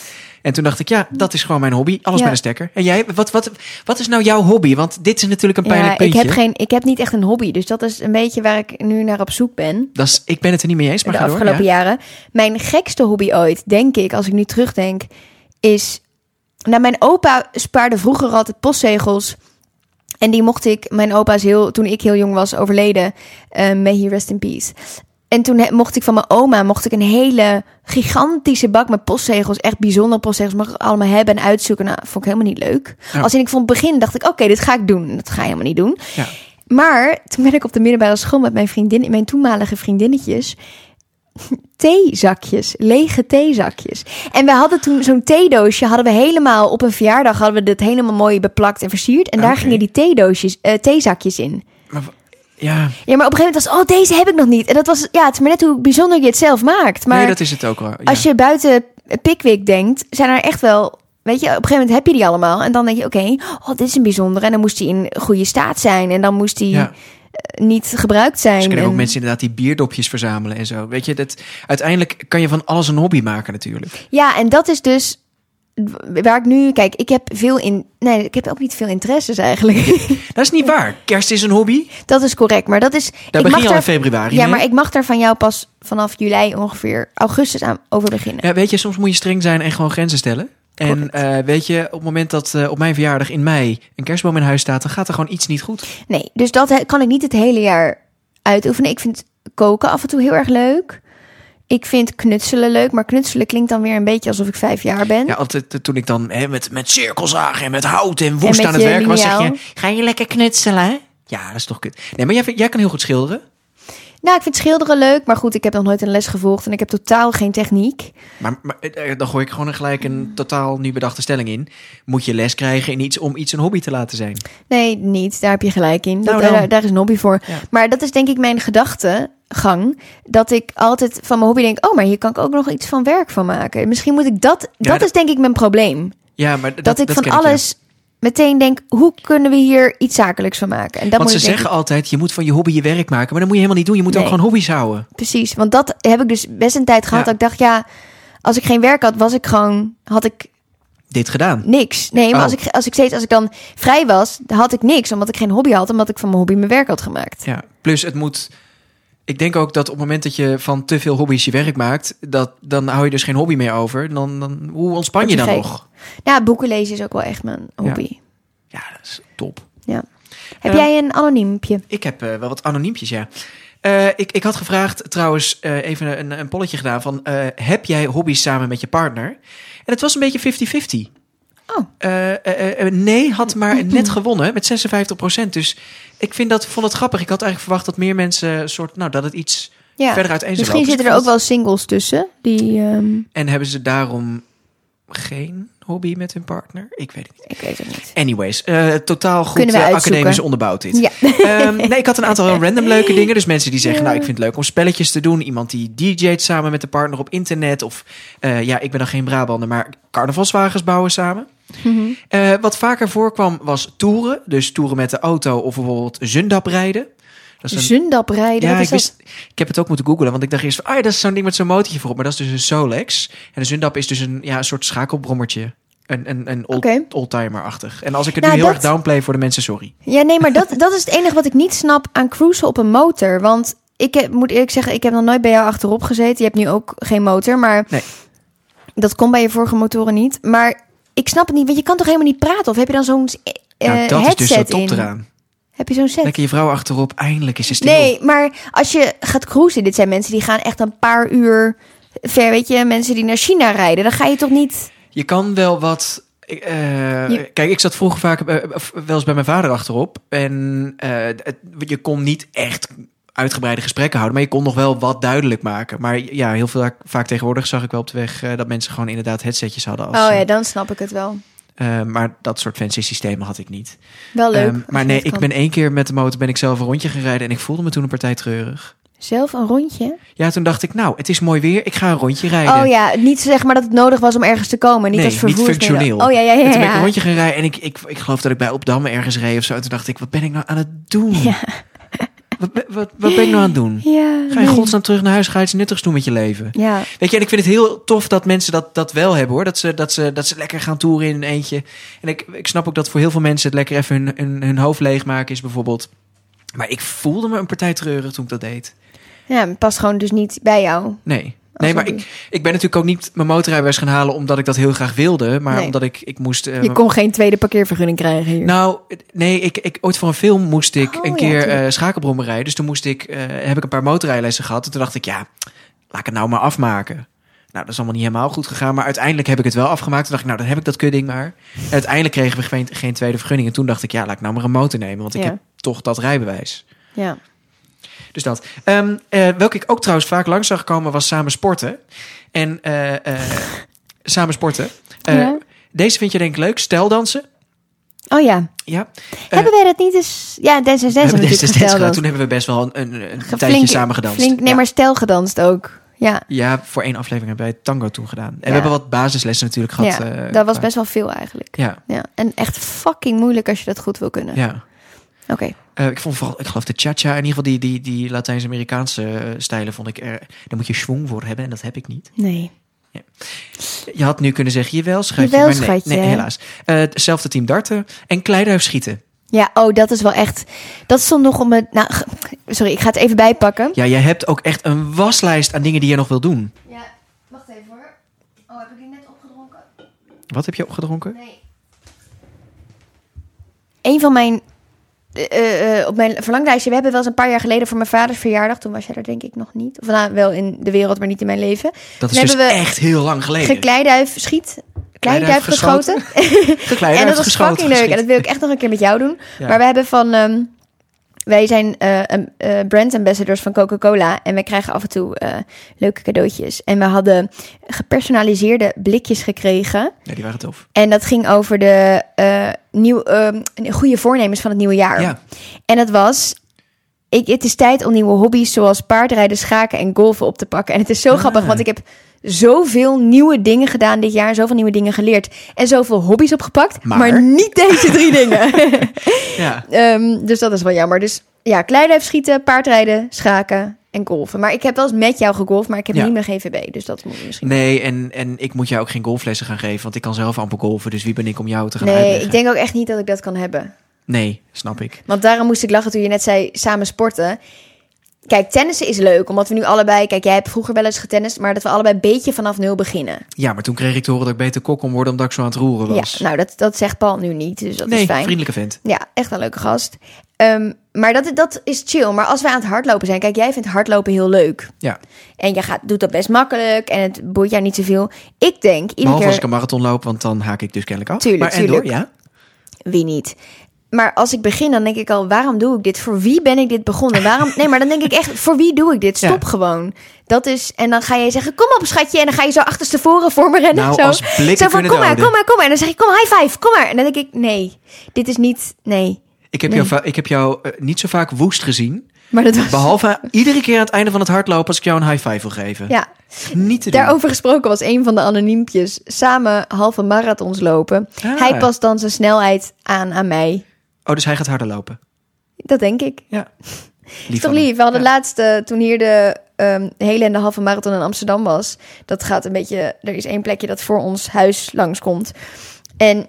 [SPEAKER 2] En toen dacht ik, ja, dat is gewoon mijn hobby. Alles
[SPEAKER 1] Ja.
[SPEAKER 2] met een stekker. En jij, wat, wat, wat is nou jouw hobby? Want dit is natuurlijk een pijnlijk
[SPEAKER 1] ja, ik
[SPEAKER 2] puntje.
[SPEAKER 1] heb, geen, ik heb niet echt een hobby, dus dat is een beetje waar ik nu naar op zoek ben.
[SPEAKER 2] dat is, ik ben het er niet mee eens, maar
[SPEAKER 1] de
[SPEAKER 2] ga door.
[SPEAKER 1] afgelopen
[SPEAKER 2] Ja.
[SPEAKER 1] jaren. Mijn gekste hobby ooit, denk ik, als ik nu terugdenk, is. Nou, mijn opa spaarde vroeger altijd postzegels. En die mocht ik, mijn opa is heel, toen ik heel jong was, overleden. Eh, may he rest in peace. En toen he- mocht ik van mijn oma mocht ik een hele gigantische bak met postzegels. Echt bijzondere postzegels. Mag ik allemaal hebben en uitzoeken. Nou, vond ik helemaal niet leuk.
[SPEAKER 2] Ja.
[SPEAKER 1] Als in ik vond het begin dacht ik, oké, dit ga ik doen. Dat ga je helemaal niet doen.
[SPEAKER 2] Ja.
[SPEAKER 1] Maar toen ben ik op de middelbare school met mijn vriendin, mijn toenmalige vriendinnetjes. Theezakjes, lege theezakjes. En we hadden toen zo'n theedoosje, hadden we helemaal op een verjaardag hadden we dit helemaal mooi beplakt en versierd. En daar
[SPEAKER 2] Oké.
[SPEAKER 1] gingen die theedoosjes, eh, theezakjes in.
[SPEAKER 2] Maar wa- ja,
[SPEAKER 1] Ja, maar op een gegeven moment was, oh, deze heb ik nog niet. En dat was, ja, het is maar net hoe bijzonder je het zelf maakt. Maar
[SPEAKER 2] nee, dat is het ook wel. Ja.
[SPEAKER 1] als je buiten Pickwick denkt, zijn er echt wel. Weet je, op een gegeven moment heb je die allemaal. En dan denk je, oké, oh, dit is een bijzondere. En dan moest die in goede staat zijn. En dan moest die
[SPEAKER 2] Ja.
[SPEAKER 1] eh, niet gebruikt zijn.
[SPEAKER 2] Dus kunnen ook
[SPEAKER 1] En-
[SPEAKER 2] mensen inderdaad die bierdopjes verzamelen en zo. Weet je, dat, uiteindelijk kan je van alles een hobby maken natuurlijk.
[SPEAKER 1] Ja, en dat is dus waar ik nu... Kijk, ik heb veel in... Nee, ik heb ook niet veel interesses eigenlijk.
[SPEAKER 2] Dat is niet waar. Kerst is een hobby.
[SPEAKER 1] dat is correct, maar dat is...
[SPEAKER 2] Daar
[SPEAKER 1] ik
[SPEAKER 2] begin
[SPEAKER 1] mag
[SPEAKER 2] je al in
[SPEAKER 1] daar,
[SPEAKER 2] februari
[SPEAKER 1] Ja,
[SPEAKER 2] mee.
[SPEAKER 1] maar ik mag daar van jou pas vanaf juli ongeveer augustus aan over beginnen.
[SPEAKER 2] Ja, weet je, soms moet je streng zijn en gewoon grenzen stellen. En eh, weet je, op het moment dat eh, op mijn verjaardag in mei een kerstboom in huis staat, dan gaat er gewoon iets niet goed.
[SPEAKER 1] Nee, dus dat he- kan ik niet het hele jaar uitoefenen. Ik vind koken af en toe heel erg leuk. Ik vind knutselen leuk, maar knutselen klinkt dan weer een beetje alsof ik vijf jaar ben.
[SPEAKER 2] Ja, altijd eh, toen ik dan hè, met, met cirkelzagen en met hout en woest
[SPEAKER 1] En met
[SPEAKER 2] aan het
[SPEAKER 1] je
[SPEAKER 2] werken was, zeg je,
[SPEAKER 1] liniaal.
[SPEAKER 2] ga je lekker knutselen? hè?" Ja, dat is toch kut. Nee, maar jij, vindt- jij kan heel goed schilderen.
[SPEAKER 1] Nou, ik vind schilderen leuk, maar goed, ik heb nog nooit een les gevolgd en ik heb totaal geen techniek.
[SPEAKER 2] Maar, maar eh, eh, dan gooi ik gewoon gelijk een totaal nu bedachte stelling in. Moet je les krijgen in iets om iets een hobby te laten zijn?
[SPEAKER 1] Nee, niet. Daar heb je gelijk in.
[SPEAKER 2] Nou
[SPEAKER 1] Dat- eh, daar,
[SPEAKER 2] dan.
[SPEAKER 1] daar is een hobby voor.
[SPEAKER 2] Ja.
[SPEAKER 1] Maar dat is denk ik mijn gedachtegang. Dat ik altijd van mijn hobby denk... oh, maar hier kan ik ook nog iets van werk van maken. Misschien moet ik dat... dat
[SPEAKER 2] dat-
[SPEAKER 1] is denk ik mijn probleem.
[SPEAKER 2] Ja, maar
[SPEAKER 1] dat, ik van
[SPEAKER 2] ken ja.
[SPEAKER 1] alles meteen denk, hoe kunnen we hier iets zakelijks van maken? En dat
[SPEAKER 2] Want
[SPEAKER 1] moet
[SPEAKER 2] ze
[SPEAKER 1] ik denken-
[SPEAKER 2] zeggen altijd, je moet van je hobby je werk maken. Maar dat moet je helemaal niet doen. Je moet ook
[SPEAKER 1] Nee.
[SPEAKER 2] gewoon hobby's houden.
[SPEAKER 1] Precies, want dat heb ik dus best een tijd gehad.
[SPEAKER 2] Ja.
[SPEAKER 1] Dat ik dacht, ja, als ik geen werk had, was ik gewoon, had ik
[SPEAKER 2] Dit gedaan.
[SPEAKER 1] niks. Nee, maar
[SPEAKER 2] Oh.
[SPEAKER 1] als, ik, als ik steeds, als ik dan vrij was, had ik niks. Omdat ik geen hobby had, omdat ik van mijn hobby mijn werk had gemaakt.
[SPEAKER 2] Ja. Plus het moet... Ik denk ook dat op het moment dat je van te veel hobby's je werk maakt... Dat, dan hou je dus geen hobby meer over. Dan, dan, hoe ontspan
[SPEAKER 1] Word
[SPEAKER 2] je
[SPEAKER 1] je
[SPEAKER 2] dan
[SPEAKER 1] gek.
[SPEAKER 2] nog?
[SPEAKER 1] Ja, boeken lezen is ook wel echt mijn hobby.
[SPEAKER 2] Eh, Ja, dat is top.
[SPEAKER 1] Heb
[SPEAKER 2] Ja.
[SPEAKER 1] jij een anoniempje?
[SPEAKER 2] Ik heb eh, wel wat anoniempjes, ja. Eh, ik, ik had gevraagd, trouwens, eh, even een, een polletje gedaan van... eh, heb jij hobby's samen met je partner? En het was een beetje 50-50.
[SPEAKER 1] Oh.
[SPEAKER 2] Eh, eh, eh, nee had maar net gewonnen met 56 Dus ik vind dat, vond het grappig. Ik had eigenlijk verwacht dat meer mensen een soort... Nou, dat het iets
[SPEAKER 1] Ja.
[SPEAKER 2] verder uiteen
[SPEAKER 1] Misschien
[SPEAKER 2] zou lopen. Dus
[SPEAKER 1] zitten er
[SPEAKER 2] ik
[SPEAKER 1] ook
[SPEAKER 2] vond-
[SPEAKER 1] wel singles tussen. Die, ehm,
[SPEAKER 2] En hebben ze daarom geen hobby met hun partner? Ik weet het niet.
[SPEAKER 1] ik weet het niet.
[SPEAKER 2] Anyways, eh, totaal goed
[SPEAKER 1] Kunnen we
[SPEAKER 2] eh,
[SPEAKER 1] uitzoeken.
[SPEAKER 2] academisch onderbouwd dit.
[SPEAKER 1] Ja.
[SPEAKER 2] Ehm, nee, ik had een aantal random leuke dingen. Dus mensen die zeggen, nou, ik vind het leuk om spelletjes te doen. Iemand die DJ't samen met de partner op internet. Of, eh, ja, ik ben dan geen Brabander, maar carnavalswagens bouwen samen.
[SPEAKER 1] Mhm.
[SPEAKER 2] Eh, wat vaker voorkwam was toeren. Dus toeren met de auto of bijvoorbeeld zundap rijden. Dat is een-
[SPEAKER 1] Zundap rijden,
[SPEAKER 2] ja,
[SPEAKER 1] wat
[SPEAKER 2] ik,
[SPEAKER 1] is dat?
[SPEAKER 2] wist, ik heb het ook moeten googlen, want ik dacht eerst van... ah, ja, dat is zo'n ding met zo'n motortje voorop, maar dat is dus een Solex. En een Zundap is dus een, ja, een soort schakelbrommertje. Een, een, een old,
[SPEAKER 1] Oké.
[SPEAKER 2] oldtimer-achtig. En als ik het
[SPEAKER 1] Nou,
[SPEAKER 2] nu heel
[SPEAKER 1] dat-
[SPEAKER 2] erg downplay voor de mensen, sorry.
[SPEAKER 1] Ja, nee, maar dat, dat is het enige wat ik niet snap aan cruisen op een motor. Want ik heb, moet eerlijk zeggen, ik heb nog nooit bij jou achterop gezeten. Je hebt nu ook geen motor, maar
[SPEAKER 2] Nee.
[SPEAKER 1] dat kon bij je vorige motoren niet. Maar ik snap het niet, want je kan toch helemaal niet praten? Of heb je dan zo'n eh,
[SPEAKER 2] nou, dat is
[SPEAKER 1] headset
[SPEAKER 2] dus zo top
[SPEAKER 1] in?
[SPEAKER 2] eraan.
[SPEAKER 1] Heb je zo'n set?
[SPEAKER 2] Lekker je vrouw achterop, eindelijk is ze stil.
[SPEAKER 1] Nee, maar als je gaat cruisen, dit zijn mensen die gaan echt een paar uur ver, weet je, mensen die naar China rijden, dan ga je toch niet.
[SPEAKER 2] Je kan wel wat... ik, eh,
[SPEAKER 1] Je-
[SPEAKER 2] Kijk, ik zat vroeger vaak eh, of wel eens bij mijn vader achterop. En eh, het- je kon niet echt uitgebreide gesprekken houden, maar je kon nog wel wat duidelijk maken. Maar ja, heel veel vaak tegenwoordig zag ik wel op de weg eh, dat mensen gewoon inderdaad headsetjes hadden. Als,
[SPEAKER 1] oh
[SPEAKER 2] eh,
[SPEAKER 1] ja, dan snap ik het wel.
[SPEAKER 2] Eh, maar dat soort fancy systemen had ik niet.
[SPEAKER 1] Wel leuk.
[SPEAKER 2] Ehm,
[SPEAKER 1] als
[SPEAKER 2] maar
[SPEAKER 1] je
[SPEAKER 2] nee,
[SPEAKER 1] dat
[SPEAKER 2] ik
[SPEAKER 1] kan.
[SPEAKER 2] ben één keer met de motor ben ik zelf een rondje gereden en ik voelde me toen een partij treurig.
[SPEAKER 1] zelf een rondje.
[SPEAKER 2] Ja, toen dacht ik, nou, het is mooi weer, ik ga een rondje rijden.
[SPEAKER 1] Oh ja, niet zeg maar dat het nodig was om ergens te komen, niet
[SPEAKER 2] Nee,
[SPEAKER 1] als
[SPEAKER 2] niet
[SPEAKER 1] vervoersmiddel.
[SPEAKER 2] functioneel.
[SPEAKER 1] Oh ja, ja,
[SPEAKER 2] En
[SPEAKER 1] ja.
[SPEAKER 2] toen ben ik
[SPEAKER 1] ja.
[SPEAKER 2] een rondje gaan rijden en ik, ik, ik geloof dat ik bij Opdam ergens reed of zo. En toen dacht ik, wat ben ik nou aan het doen?
[SPEAKER 1] Ja.
[SPEAKER 2] Wat, wat, wat ben ik nou aan het doen?
[SPEAKER 1] Ja,
[SPEAKER 2] Ga je in
[SPEAKER 1] nee.
[SPEAKER 2] godsnaam terug naar huis, ga je iets nuttigs doen met je leven.
[SPEAKER 1] Ja,
[SPEAKER 2] Weet je, en ik vind het heel tof dat mensen dat, dat wel hebben hoor. Dat ze, dat, ze, dat ze lekker gaan toeren in een eentje. En ik, ik snap ook dat voor heel veel mensen het lekker even hun, hun, hun hoofd leegmaken is bijvoorbeeld. Maar ik voelde me een partij treurig toen ik dat deed.
[SPEAKER 1] ja, het past gewoon dus niet bij jou.
[SPEAKER 2] Nee.
[SPEAKER 1] Oh,
[SPEAKER 2] Nee, maar
[SPEAKER 1] hobby.
[SPEAKER 2] ik, ik ben natuurlijk ook niet mijn motorrijbewijs gaan halen omdat ik dat heel graag wilde. Maar
[SPEAKER 1] Nee.
[SPEAKER 2] omdat ik, ik moest. eh,
[SPEAKER 1] Je kon geen tweede parkeervergunning krijgen hier.
[SPEAKER 2] nou, nee, ik, ik, ooit voor een film moest ik
[SPEAKER 1] Oh,
[SPEAKER 2] een
[SPEAKER 1] ja,
[SPEAKER 2] keer eh
[SPEAKER 1] tuurlijk.
[SPEAKER 2] schakelbrommen rijden. Dus toen moest ik, eh, heb ik een paar motorrijlessen gehad. En toen dacht ik, ja, laat ik het nou maar afmaken. Nou, dat is allemaal niet helemaal goed gegaan. Maar uiteindelijk heb ik het wel afgemaakt. Toen dacht ik, nou, dan heb ik dat kudding maar. En uiteindelijk kregen we geen, geen tweede vergunning. En toen dacht ik, ja, laat ik nou maar een motor nemen. Want ik
[SPEAKER 1] Ja.
[SPEAKER 2] heb toch dat rijbewijs.
[SPEAKER 1] ja.
[SPEAKER 2] Dus dat. Ehm, eh, welke ik ook trouwens vaak langs zag komen was samen sporten. En eh, eh, samen sporten. Eh,
[SPEAKER 1] Ja.
[SPEAKER 2] Deze vind je denk ik leuk. Steldansen.
[SPEAKER 1] Oh ja.
[SPEAKER 2] Ja.
[SPEAKER 1] hebben wij dat niet eens... Ja, Dance Dance
[SPEAKER 2] eh, We
[SPEAKER 1] hebben
[SPEAKER 2] hebben
[SPEAKER 1] natuurlijk
[SPEAKER 2] deze
[SPEAKER 1] gestel
[SPEAKER 2] dance gedaan.
[SPEAKER 1] dansen.
[SPEAKER 2] Toen hebben we best wel een, een, een
[SPEAKER 1] Ge-
[SPEAKER 2] tijdje
[SPEAKER 1] flink-
[SPEAKER 2] samen gedanst.
[SPEAKER 1] Flink, nee,
[SPEAKER 2] ja.
[SPEAKER 1] maar stel gedanst ook. Ja,
[SPEAKER 2] ja, voor één aflevering hebben wij tango toen gedaan. En we
[SPEAKER 1] Ja.
[SPEAKER 2] hebben wat basislessen natuurlijk gehad.
[SPEAKER 1] ja
[SPEAKER 2] eh,
[SPEAKER 1] dat was
[SPEAKER 2] qua-
[SPEAKER 1] best wel veel eigenlijk.
[SPEAKER 2] Ja,
[SPEAKER 1] Ja, en echt fucking moeilijk als je dat goed wil kunnen.
[SPEAKER 2] ja.
[SPEAKER 1] Oké.
[SPEAKER 2] Eh, ik vond vooral, ik geloof de cha-cha, in ieder geval die, die, die Latijns-Amerikaanse eh, stijlen vond ik er. Daar moet je schwung voor hebben en dat heb ik niet.
[SPEAKER 1] Nee.
[SPEAKER 2] Je had nu kunnen zeggen, jawel schatje,
[SPEAKER 1] Jawel,
[SPEAKER 2] maar nee,
[SPEAKER 1] schatje.
[SPEAKER 2] nee helaas. Eh, hetzelfde team darten en kleiduif schieten.
[SPEAKER 1] Ja, oh, dat is wel echt... Dat stond nog om het... Nou, ge- sorry, ik ga het even bijpakken.
[SPEAKER 2] Ja, jij hebt ook echt een waslijst aan dingen die je nog wil doen.
[SPEAKER 1] Ja, wacht even hoor. Oh, heb ik die net opgedronken?
[SPEAKER 2] Wat heb je opgedronken?
[SPEAKER 1] Nee. Een van mijn. eh, eh, op mijn verlanglijstje. We hebben wel eens een paar jaar geleden voor mijn vaders verjaardag. Toen was jij er denk ik nog niet. Of nou, wel in de wereld, maar niet in mijn leven.
[SPEAKER 2] Dat is
[SPEAKER 1] Dan
[SPEAKER 2] dus
[SPEAKER 1] hebben we
[SPEAKER 2] echt heel lang geleden.
[SPEAKER 1] Gekleiduif schiet. Kleiduif geschoten.
[SPEAKER 2] Gekleiduif
[SPEAKER 1] en dat was
[SPEAKER 2] geschoten,
[SPEAKER 1] fucking leuk.
[SPEAKER 2] geschiet.
[SPEAKER 1] En dat wil ik echt nog een keer met jou doen.
[SPEAKER 2] Ja.
[SPEAKER 1] Maar we hebben van. ehm, wij zijn eh, een- eh, brand ambassadors van Coca-Cola. En wij krijgen af en toe eh, leuke cadeautjes. En we hadden gepersonaliseerde blikjes gekregen.
[SPEAKER 2] Ja, die waren tof.
[SPEAKER 1] En dat ging over de eh, nieuw, ehm, goede voornemens van het nieuwe jaar.
[SPEAKER 2] Ja.
[SPEAKER 1] En dat was, Ik, het is tijd om nieuwe hobby's zoals paardrijden, schaken en golven op te pakken. En het is zo
[SPEAKER 2] Ah.
[SPEAKER 1] grappig, want ik heb zoveel nieuwe dingen gedaan dit jaar. Zoveel nieuwe dingen geleerd. En zoveel hobby's opgepakt.
[SPEAKER 2] Maar?
[SPEAKER 1] Maar, niet deze drie dingen.
[SPEAKER 2] Ja.
[SPEAKER 1] Ehm, dus dat is wel jammer. Dus ja, kleiduif schieten, paardrijden, schaken en golven. Maar ik heb wel eens met jou gegolfd, maar ik heb
[SPEAKER 2] Ja.
[SPEAKER 1] niet meer GVB. Dus dat moet je misschien...
[SPEAKER 2] Nee, en, en ik moet jou ook geen golflessen gaan geven, want ik kan zelf amper golven. Dus wie ben ik om jou te gaan
[SPEAKER 1] Nee,
[SPEAKER 2] uitleggen?
[SPEAKER 1] ik denk ook echt niet dat ik dat kan hebben.
[SPEAKER 2] Nee, snap ik.
[SPEAKER 1] Want daarom moest ik lachen toen je net zei samen sporten. Kijk, tennissen is leuk, omdat we nu allebei... Kijk, jij hebt vroeger wel eens getennist, maar dat we allebei een beetje vanaf nul beginnen.
[SPEAKER 2] Ja, maar toen kreeg ik te horen dat ik beter kok kon worden omdat ik zo aan het roeren was.
[SPEAKER 1] Ja, nou, dat, dat zegt Paul nu niet, dus dat
[SPEAKER 2] nee,
[SPEAKER 1] is fijn.
[SPEAKER 2] vriendelijke vent.
[SPEAKER 1] Ja, echt een leuke gast. Ehm, maar dat, dat is chill. Maar als wij aan het hardlopen zijn... Kijk, jij vindt hardlopen heel leuk.
[SPEAKER 2] Ja,
[SPEAKER 1] En je gaat, doet dat best makkelijk en het boeit jou niet zoveel. Ik denk, iedere
[SPEAKER 2] behalve als
[SPEAKER 1] keer...
[SPEAKER 2] ik een marathon loop, want dan haak ik dus kennelijk af.
[SPEAKER 1] Tuurlijk,
[SPEAKER 2] maar en
[SPEAKER 1] tuurlijk.
[SPEAKER 2] door, ja.
[SPEAKER 1] wie niet. Maar als ik begin, dan denk ik al, waarom doe ik dit? Voor wie ben ik dit begonnen? Waarom? Nee, maar dan denk ik echt, voor wie doe ik dit? Stop
[SPEAKER 2] Ja.
[SPEAKER 1] gewoon. Dat is, en dan ga jij zeggen, kom op schatje. En dan ga je zo achterstevoren voor me rennen.
[SPEAKER 2] Nou,
[SPEAKER 1] zo.
[SPEAKER 2] als blikken
[SPEAKER 1] zo van,
[SPEAKER 2] kunnen
[SPEAKER 1] kom maar,
[SPEAKER 2] doden.
[SPEAKER 1] kom maar, kom maar. En dan zeg ik, kom, high five, kom maar. En dan denk ik, nee, dit is niet, nee.
[SPEAKER 2] Ik heb jou, va- ik heb jou eh, niet zo vaak woest gezien.
[SPEAKER 1] Maar dat was,
[SPEAKER 2] Behalve iedere keer aan het einde van het hardlopen als ik jou een high five wil geven.
[SPEAKER 1] ja.
[SPEAKER 2] Niet te doen.
[SPEAKER 1] Daarover gesproken was een van de anoniempjes samen halve marathons lopen.
[SPEAKER 2] Ah.
[SPEAKER 1] Hij past dan zijn snelheid aan aan mij.
[SPEAKER 2] Oh, dus hij gaat harder lopen.
[SPEAKER 1] Dat denk ik.
[SPEAKER 2] Ja.
[SPEAKER 1] Is
[SPEAKER 2] Lief
[SPEAKER 1] toch
[SPEAKER 2] van hem.
[SPEAKER 1] lief? We hadden
[SPEAKER 2] Ja.
[SPEAKER 1] laatste, toen hier de ehm, hele en de halve marathon in Amsterdam was. Dat gaat een beetje... Er is één plekje dat voor ons huis langskomt. En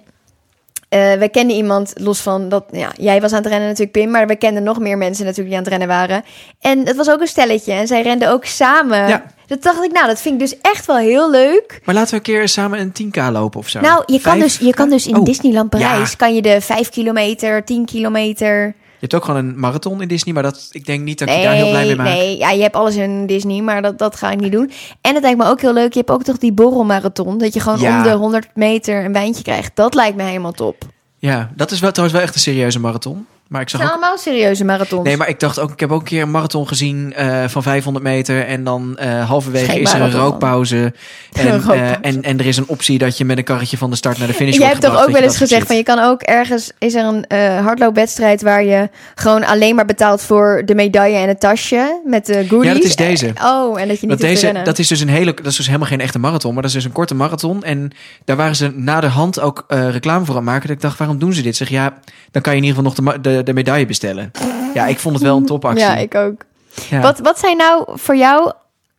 [SPEAKER 1] eh, wij kenden iemand, los van dat... Ja, jij was aan het rennen natuurlijk, Pim. Maar we kenden nog meer mensen natuurlijk die aan het rennen waren. En het was ook een stelletje. En zij renden ook samen.
[SPEAKER 2] Ja.
[SPEAKER 1] Dat dacht ik, nou, dat vind ik dus echt wel heel leuk.
[SPEAKER 2] Maar laten we een keer eens samen een 10k lopen of zo.
[SPEAKER 1] Nou, je kan,
[SPEAKER 2] Vijf?
[SPEAKER 1] dus, je kan dus in
[SPEAKER 2] Oh,
[SPEAKER 1] Disneyland Parijs...
[SPEAKER 2] ja.
[SPEAKER 1] kan je de 5 kilometer, 10 kilometer...
[SPEAKER 2] Je hebt ook gewoon een marathon in Disney, maar dat, ik denk niet dat ik je daar heel blij mee maak.
[SPEAKER 1] Nee, ja, je hebt alles in Disney, maar dat, dat ga ik niet doen. En het lijkt me ook heel leuk. Je hebt ook toch die borrelmarathon. Dat je gewoon
[SPEAKER 2] Ja.
[SPEAKER 1] om de 100 meter een wijntje krijgt. Dat lijkt me helemaal top. Het
[SPEAKER 2] Ja, dat is wel, trouwens wel echt een serieuze marathon. Maar ik zag
[SPEAKER 1] zijn
[SPEAKER 2] ook...
[SPEAKER 1] allemaal serieuze marathons.
[SPEAKER 2] Nee, maar ik dacht ook, ik heb ook een keer een marathon gezien eh, van 500 meter. En dan eh, halverwege
[SPEAKER 1] Geen
[SPEAKER 2] is er een
[SPEAKER 1] marathon.
[SPEAKER 2] rookpauze. En,
[SPEAKER 1] Een rookpauze.
[SPEAKER 2] eh, en, en er is een optie dat je met een karretje van de start naar de finish
[SPEAKER 1] Jij
[SPEAKER 2] wordt
[SPEAKER 1] hebt toch ook
[SPEAKER 2] gebracht,
[SPEAKER 1] wel
[SPEAKER 2] dat
[SPEAKER 1] eens
[SPEAKER 2] je dat
[SPEAKER 1] gezegd van je kan ook ergens is er een eh, hardloopwedstrijd waar je gewoon alleen maar betaalt voor de medaille en het tasje met de goodies.
[SPEAKER 2] Ja, dat is deze.
[SPEAKER 1] Oh, en dat je niet
[SPEAKER 2] Want
[SPEAKER 1] hoeft te
[SPEAKER 2] deze,
[SPEAKER 1] rennen.
[SPEAKER 2] dat is dus een hele, dat is dus helemaal geen echte marathon, maar dat is dus een korte marathon. En daar waren ze naderhand ook eh, reclame voor aan het maken. Dat ik dacht, waarom doen ze dit? Zeg ja, dan kan je in ieder geval nog de, ma- de, de medaille bestellen. Ja, ik vond het wel een topactie.
[SPEAKER 1] Ja, ik ook.
[SPEAKER 2] Ja.
[SPEAKER 1] Wat, wat zijn nou voor jou,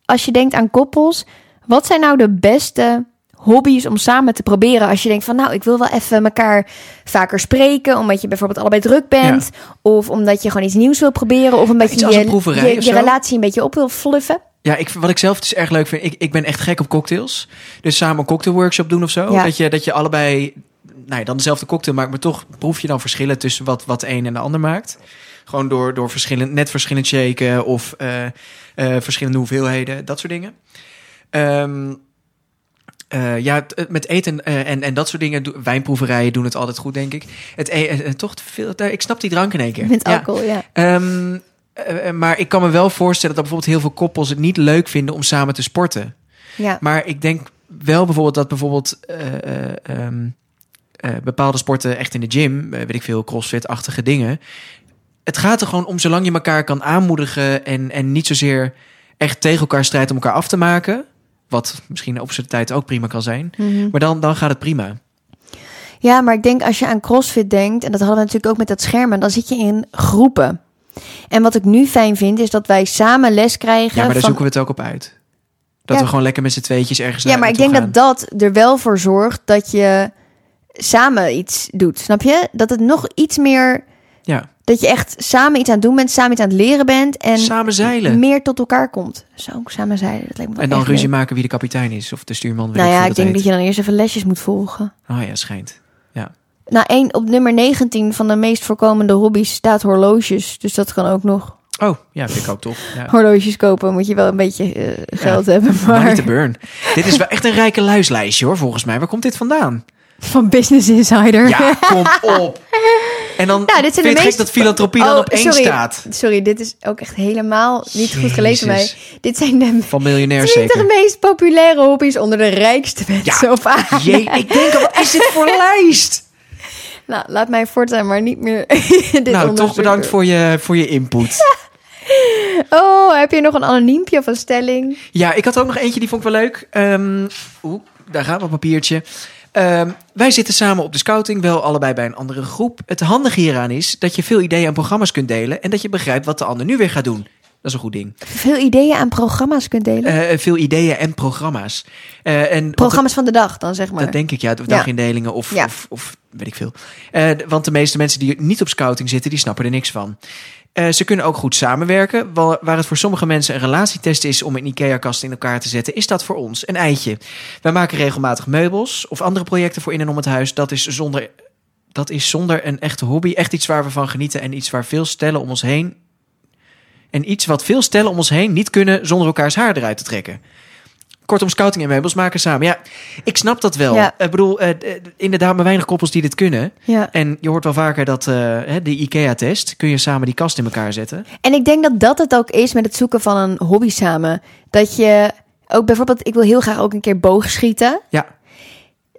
[SPEAKER 1] als je denkt aan koppels, wat zijn nou de beste hobby's om samen te proberen? Als je denkt van, nou, ik wil wel even elkaar vaker spreken, omdat je bijvoorbeeld allebei druk bent, of omdat je gewoon iets nieuws wil proberen, of omdat
[SPEAKER 2] Iets
[SPEAKER 1] je
[SPEAKER 2] als een
[SPEAKER 1] je,
[SPEAKER 2] proeverij
[SPEAKER 1] je,
[SPEAKER 2] of
[SPEAKER 1] je
[SPEAKER 2] zo?
[SPEAKER 1] relatie een beetje op wil fluffen.
[SPEAKER 2] Ja, ik, wat ik zelf dus erg leuk vind, ik, ik ben echt gek op cocktails. Dus samen een cocktailworkshop doen of zo.
[SPEAKER 1] Ja.
[SPEAKER 2] Dat, je, dat je allebei, nou ja, dan dezelfde cocktail maakt, maar toch proef je dan verschillen tussen wat, wat de een en de ander maakt. Gewoon door, door verschillend, net verschillend shaken of eh, eh, verschillende hoeveelheden, dat soort dingen. Ehm, eh, ja, t- eh, met eten eh, en, en dat soort dingen, do- wijnproeverijen doen het altijd goed, denk ik. Het, e- eh, eh, toch te veel, eh, ik snap die drank in één keer.
[SPEAKER 1] Met
[SPEAKER 2] Ja.
[SPEAKER 1] alcohol, ja.
[SPEAKER 2] Ehm, eh, eh, maar ik kan me wel voorstellen dat bijvoorbeeld heel veel koppels het niet leuk vinden om samen te sporten.
[SPEAKER 1] ja.
[SPEAKER 2] Maar ik denk wel bijvoorbeeld dat bijvoorbeeld eh, eh, ehm, eh, bepaalde sporten echt in de gym, eh, weet ik veel, crossfit-achtige dingen. Het gaat er gewoon om zolang je elkaar kan aanmoedigen en, en niet zozeer echt tegen elkaar strijdt om elkaar af te maken. Wat misschien op zijn tijd ook prima kan zijn.
[SPEAKER 1] Mhm.
[SPEAKER 2] Maar dan, dan gaat het prima.
[SPEAKER 1] Ja, maar ik denk als je aan CrossFit denkt, en dat hadden we natuurlijk ook met dat schermen, dan zit je in groepen. En wat ik nu fijn vind, is dat wij samen les krijgen.
[SPEAKER 2] Ja, maar daar
[SPEAKER 1] van-
[SPEAKER 2] zoeken we het ook op uit. Dat
[SPEAKER 1] Ja.
[SPEAKER 2] we gewoon lekker met z'n tweetjes ergens
[SPEAKER 1] Ja, maar ik denk dat dat er wel voor zorgt dat je samen iets doet. Snap je? Dat het nog iets meer.
[SPEAKER 2] Ja,
[SPEAKER 1] Dat je echt samen iets aan het doen bent, samen iets aan het leren bent. En
[SPEAKER 2] samen zeilen.
[SPEAKER 1] meer tot elkaar komt. Zo, ook samen zijn. Dat lijkt me wel
[SPEAKER 2] En dan
[SPEAKER 1] echt
[SPEAKER 2] ruzie
[SPEAKER 1] leuk.
[SPEAKER 2] maken wie de kapitein is of de stuurman. weet
[SPEAKER 1] Nou ja,
[SPEAKER 2] veel
[SPEAKER 1] ik denk dat
[SPEAKER 2] hoe
[SPEAKER 1] je dan eerst even lesjes moet volgen.
[SPEAKER 2] heet. Oh ja, schijnt.
[SPEAKER 1] Nou, één op nummer 19 van de meest voorkomende hobby's staat horloges. Dus dat kan ook nog.
[SPEAKER 2] Oh, ja, vind ik ook tof. Ja.
[SPEAKER 1] Horloges kopen moet je wel een beetje eh, geld hebben.
[SPEAKER 2] Money
[SPEAKER 1] Maar
[SPEAKER 2] to burn. Dit is wel echt een rijke luislijstje hoor, volgens mij. Waar komt dit vandaan?
[SPEAKER 1] van Business Insider.
[SPEAKER 2] Ja, kom op. En dan
[SPEAKER 1] Nou, dit zijn de
[SPEAKER 2] vind je het gek
[SPEAKER 1] meest-
[SPEAKER 2] dat filantropie dan
[SPEAKER 1] Oh,
[SPEAKER 2] op één
[SPEAKER 1] sorry.
[SPEAKER 2] staat.
[SPEAKER 1] Sorry, dit is ook echt helemaal niet goed gelezen van mij.
[SPEAKER 2] Jezus.
[SPEAKER 1] Dit zijn de
[SPEAKER 2] Van miljonairs
[SPEAKER 1] 20
[SPEAKER 2] zeker.
[SPEAKER 1] meest populaire hobby's onder de rijkste mensen op aarde.
[SPEAKER 2] Jee, ik denk al, wat is dit voor lijst?
[SPEAKER 1] Nou, laat mij voortaan maar niet meer dit
[SPEAKER 2] nou, toch
[SPEAKER 1] onderzoeken.
[SPEAKER 2] bedankt voor je, voor je input.
[SPEAKER 1] Oh, heb je nog een anoniempje van stelling?
[SPEAKER 2] Ja, ik had ook nog eentje, die vond ik wel leuk. Ehm, Oeh, daar gaat mijn papiertje. Ehm, wij zitten samen op de scouting, wel allebei bij een andere groep. Het handige hieraan is dat je veel ideeën en programma's kunt delen... en dat je begrijpt wat de ander nu weer gaat doen. Dat is een goed ding.
[SPEAKER 1] Veel ideeën aan programma's kunt delen.
[SPEAKER 2] Eh, veel ideeën en programma's. Eh, en wat-
[SPEAKER 1] programma's van de dag dan, zeg maar.
[SPEAKER 2] Dat denk ik, ja. Of
[SPEAKER 1] Ja.
[SPEAKER 2] dagindelingen of,
[SPEAKER 1] Ja.
[SPEAKER 2] of, of weet ik veel. Eh, d- want de meeste mensen die niet op scouting zitten, die snappen er niks van. Eh, ze kunnen ook goed samenwerken. Wa- Waar het voor sommige mensen een relatietest is om een IKEA-kast in elkaar te zetten, is dat voor ons een eitje. Wij maken regelmatig meubels of andere projecten voor in en om het huis. Dat is zonder, dat is zonder een echte hobby echt iets waar we van genieten en iets waar veel stellen om ons heen. En iets wat veel stellen om ons heen niet kunnen zonder elkaars haar eruit te trekken. Kortom, scouting en meubels maken samen. Ja, ik snap dat wel.
[SPEAKER 1] Ja.
[SPEAKER 2] Ik bedoel, eh, eh, inderdaad, maar weinig koppels die dit kunnen.
[SPEAKER 1] Ja.
[SPEAKER 2] En je hoort wel vaker dat eh, hè, de IKEA-test, kun je samen die kast in elkaar zetten.
[SPEAKER 1] En ik denk dat dat het ook is met het zoeken van een hobby samen. Dat je ook bijvoorbeeld, ik wil heel graag ook een keer boogschieten.
[SPEAKER 2] Ja,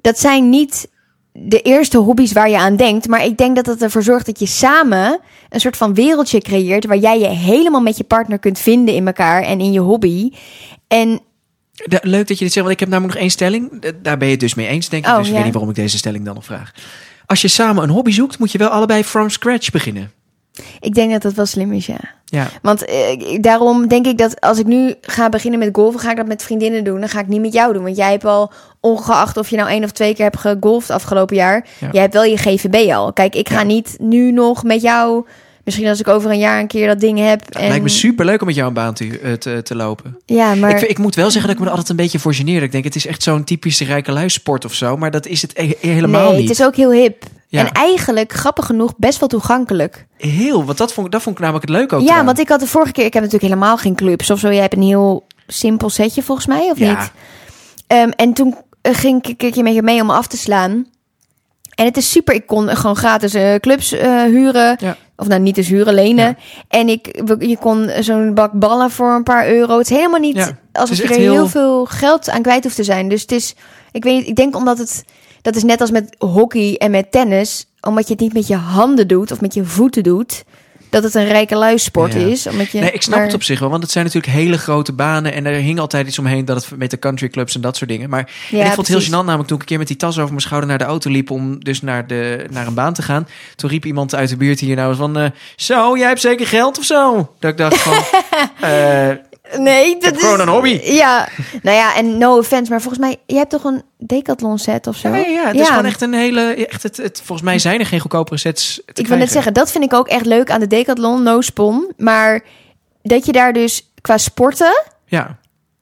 [SPEAKER 1] Dat zijn niet de eerste hobby's waar je aan denkt. Maar ik denk dat het ervoor zorgt dat je samen een soort van wereldje creëert. Waar jij je helemaal met je partner kunt vinden in elkaar en in je hobby. En
[SPEAKER 2] Da- leuk dat je dit zegt, want ik heb namelijk nog één stelling. Da- daar ben je het dus mee eens, denk ik.
[SPEAKER 1] Oh,
[SPEAKER 2] dus ik
[SPEAKER 1] ja.
[SPEAKER 2] weet niet waarom ik deze stelling dan nog vraag. Als je samen een hobby zoekt, moet je wel allebei from scratch beginnen.
[SPEAKER 1] ik denk dat dat wel slim is, ja.
[SPEAKER 2] Ja,
[SPEAKER 1] Want eh, ik- daarom denk ik dat als ik nu ga beginnen met golfen, ga ik dat met vriendinnen doen. Dan ga ik niet met jou doen. Want jij hebt al, ongeacht of je nou één of twee keer hebt gegolfd afgelopen jaar,
[SPEAKER 2] Ja.
[SPEAKER 1] jij hebt wel je GVB al. Kijk, ik ga
[SPEAKER 2] Ja.
[SPEAKER 1] niet nu nog met jou. Misschien als ik over een jaar een keer dat ding heb. En...
[SPEAKER 2] lijkt me super leuk om met jou een baan te, eh, te, te lopen.
[SPEAKER 1] Ja, maar
[SPEAKER 2] Ik, vind- ik moet wel zeggen dat ik me er altijd een beetje voor geneer. Ik denk, het is echt zo'n typische rijke luisport of zo. Maar dat is het e- helemaal
[SPEAKER 1] nee,
[SPEAKER 2] niet.
[SPEAKER 1] het is ook heel hip.
[SPEAKER 2] Ja.
[SPEAKER 1] En eigenlijk, grappig genoeg, best wel toegankelijk.
[SPEAKER 2] Heel, want dat vond, ik- dat vond ik namelijk het leuke ook.
[SPEAKER 1] ja,
[SPEAKER 2] eraan.
[SPEAKER 1] want ik had de vorige keer, ik heb natuurlijk helemaal geen clubs of zo. Jij hebt een heel simpel setje volgens mij, of
[SPEAKER 2] Ja.
[SPEAKER 1] niet? Ehm, en toen eh, ging ik een keertje met je mee om af te slaan. En het is super, ik kon gewoon gratis eh, clubs eh, huren.
[SPEAKER 2] Ja.
[SPEAKER 1] Of nou, niet eens huren, lenen. En ik, we- je kon zo'n bak ballen voor een paar euro. Het is helemaal niet
[SPEAKER 2] Ja, het
[SPEAKER 1] alsof
[SPEAKER 2] is
[SPEAKER 1] je er
[SPEAKER 2] echt
[SPEAKER 1] heel...
[SPEAKER 2] heel-
[SPEAKER 1] veel geld aan kwijt hoeft te zijn. Dus het is, ik weet niet, ik denk omdat het... Dat is net als met hockey en met tennis. Omdat je het niet met je handen doet of met je voeten doet... dat het een rijke luisport
[SPEAKER 2] Ja.
[SPEAKER 1] is. Omdat je,
[SPEAKER 2] Nee, ik snap
[SPEAKER 1] maar-
[SPEAKER 2] het op zich wel, want het zijn natuurlijk hele grote banen en er hing altijd iets omheen dat het met de countryclubs en dat soort dingen. Maar en ik vond het
[SPEAKER 1] precies.
[SPEAKER 2] heel gênant namelijk toen ik een keer met die tas over mijn schouder naar de auto liep om dus naar, de, naar een baan te gaan. Toen riep iemand uit de buurt hier nou eens van, eh, zo, jij hebt zeker geld of zo? Dat ik dacht van, eh,
[SPEAKER 1] Nee, dat
[SPEAKER 2] heb
[SPEAKER 1] is...
[SPEAKER 2] gewoon een hobby.
[SPEAKER 1] Ja, nou ja, en no offense, maar volgens mij... Jij hebt toch een decathlon set of zo?
[SPEAKER 2] ja, ja, ja, het is gewoon echt een hele, echt het, het, volgens mij zijn er geen goedkopere sets te
[SPEAKER 1] Ik wil net zeggen, dat vind ik ook echt leuk aan de decathlon, no spon. Maar dat je daar dus qua sporten
[SPEAKER 2] Ja,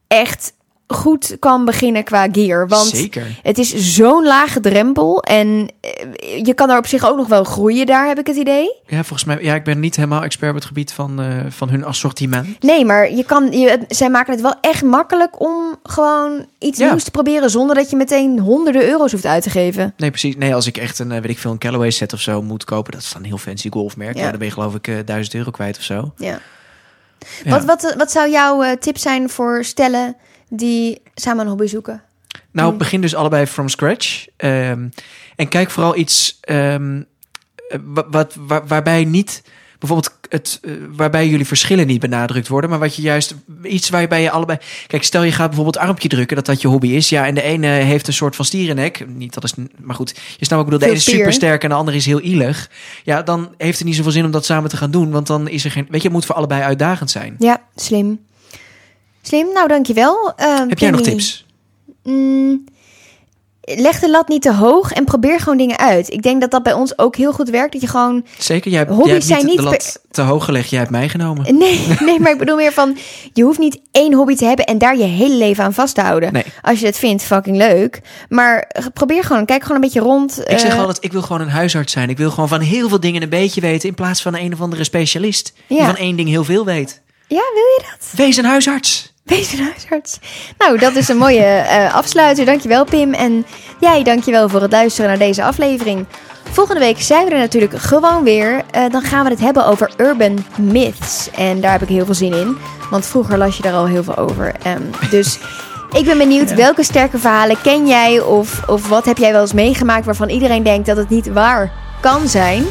[SPEAKER 1] echt goed kan beginnen qua gear. Want
[SPEAKER 2] zeker.
[SPEAKER 1] het is zo'n lage drempel en eh, je kan daar op zich ook nog wel groeien daar, heb ik het idee.
[SPEAKER 2] Ja, volgens mij, ja, ik ben niet helemaal expert op het gebied van, eh, van hun assortiment.
[SPEAKER 1] Nee, maar je kan, je, zij maken het wel echt makkelijk om gewoon iets
[SPEAKER 2] Ja.
[SPEAKER 1] nieuws te proberen... zonder dat je meteen honderden euro's hoeft uit te geven.
[SPEAKER 2] Nee, precies. Nee, als ik echt een, eh, weet ik veel, een Callaway set of zo moet kopen, dat is dan een heel fancy golfmerk.
[SPEAKER 1] Ja.
[SPEAKER 2] Ja. dan ben je geloof ik eh, 1000 euro kwijt of zo.
[SPEAKER 1] Ja.
[SPEAKER 2] Ja.
[SPEAKER 1] Wat, wat, wat zou jouw eh, tip zijn voor stellen die samen een hobby zoeken?
[SPEAKER 2] Nou,
[SPEAKER 1] Mm.
[SPEAKER 2] begin dus allebei from scratch. Ehm, en kijk vooral iets ehm, eh, wa- wat, waar- waarbij niet, bijvoorbeeld het, eh, waarbij jullie verschillen niet benadrukt worden, maar wat je juist iets waarbij je allebei. Kijk, stel je gaat bijvoorbeeld armpje drukken, dat dat je hobby is. Ja, en de ene heeft een soort van stierennek. Niet dat is, maar goed, je snapt wat ik bedoel. De
[SPEAKER 1] Veel
[SPEAKER 2] ene is
[SPEAKER 1] spier.
[SPEAKER 2] super sterk en de andere is heel ielig. Ja, dan heeft het niet zoveel zin om dat samen te gaan doen, want dan is er geen. Weet je, het moet voor allebei uitdagend zijn.
[SPEAKER 1] Ja, slim. Slim, nou dankjewel. Eh,
[SPEAKER 2] Heb jij nog
[SPEAKER 1] Penny.
[SPEAKER 2] tips?
[SPEAKER 1] Mm, leg de lat niet te hoog en probeer gewoon dingen uit. Ik denk dat dat bij ons ook heel goed werkt. Dat je gewoon
[SPEAKER 2] Zeker, jij, hebt-
[SPEAKER 1] Hobby's
[SPEAKER 2] jij hebt niet
[SPEAKER 1] zijn niet
[SPEAKER 2] de lat te hoog gelegd, jij hebt mij genomen.
[SPEAKER 1] Nee, nee, maar ik bedoel meer van... je hoeft niet één hobby te hebben en daar je hele leven aan vast te houden.
[SPEAKER 2] Nee.
[SPEAKER 1] Als je dat vindt, fucking leuk. Maar eh, probeer gewoon, kijk gewoon een beetje rond.
[SPEAKER 2] Ik zeg
[SPEAKER 1] eh,
[SPEAKER 2] altijd, ik wil gewoon een huisarts zijn. Ik wil gewoon van heel veel dingen een beetje weten... in plaats van een of andere specialist die
[SPEAKER 1] Ja.
[SPEAKER 2] van één ding heel veel weet.
[SPEAKER 1] Ja, wil je dat?
[SPEAKER 2] Wees een huisarts.
[SPEAKER 1] Wees een huisarts. Nou, dat is een mooie eh, afsluiter. Dankjewel Pim. En jij, dankjewel voor het luisteren naar deze aflevering. Volgende week zijn we er natuurlijk gewoon weer. Eh, dan gaan we het hebben over urban myths. En daar heb ik heel veel zin in. Want vroeger las je daar al heel veel over. Ehm, dus ik ben benieuwd welke sterke verhalen ken jij? Of, of wat heb jij wel eens meegemaakt waarvan iedereen denkt dat het niet waar kan zijn?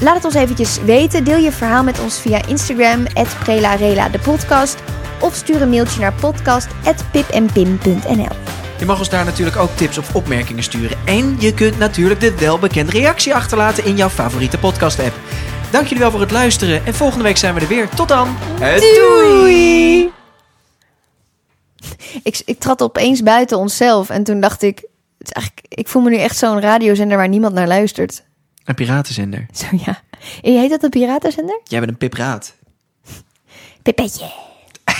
[SPEAKER 1] Laat het ons eventjes weten. Deel je verhaal met ons via Instagram, @prelarela de podcast. Of stuur een mailtje naar podcast.pipenpim.nl
[SPEAKER 2] Je mag ons daar natuurlijk ook tips of opmerkingen sturen. En je kunt natuurlijk de welbekende reactie achterlaten in jouw favoriete podcast-app. Dank jullie wel voor het luisteren en volgende week zijn we er weer. Tot dan!
[SPEAKER 1] Doei! Ik, ik trad opeens buiten onszelf en toen dacht ik... Het is eigenlijk, ik voel me nu echt zo'n radiozender waar niemand naar luistert.
[SPEAKER 2] Een piratenzender.
[SPEAKER 1] Zo ja. En heet dat een piratenzender?
[SPEAKER 2] Jij bent een pipraat.
[SPEAKER 1] Pipetje.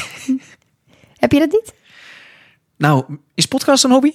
[SPEAKER 1] Heb je dat niet?
[SPEAKER 2] Nou, is podcast een hobby?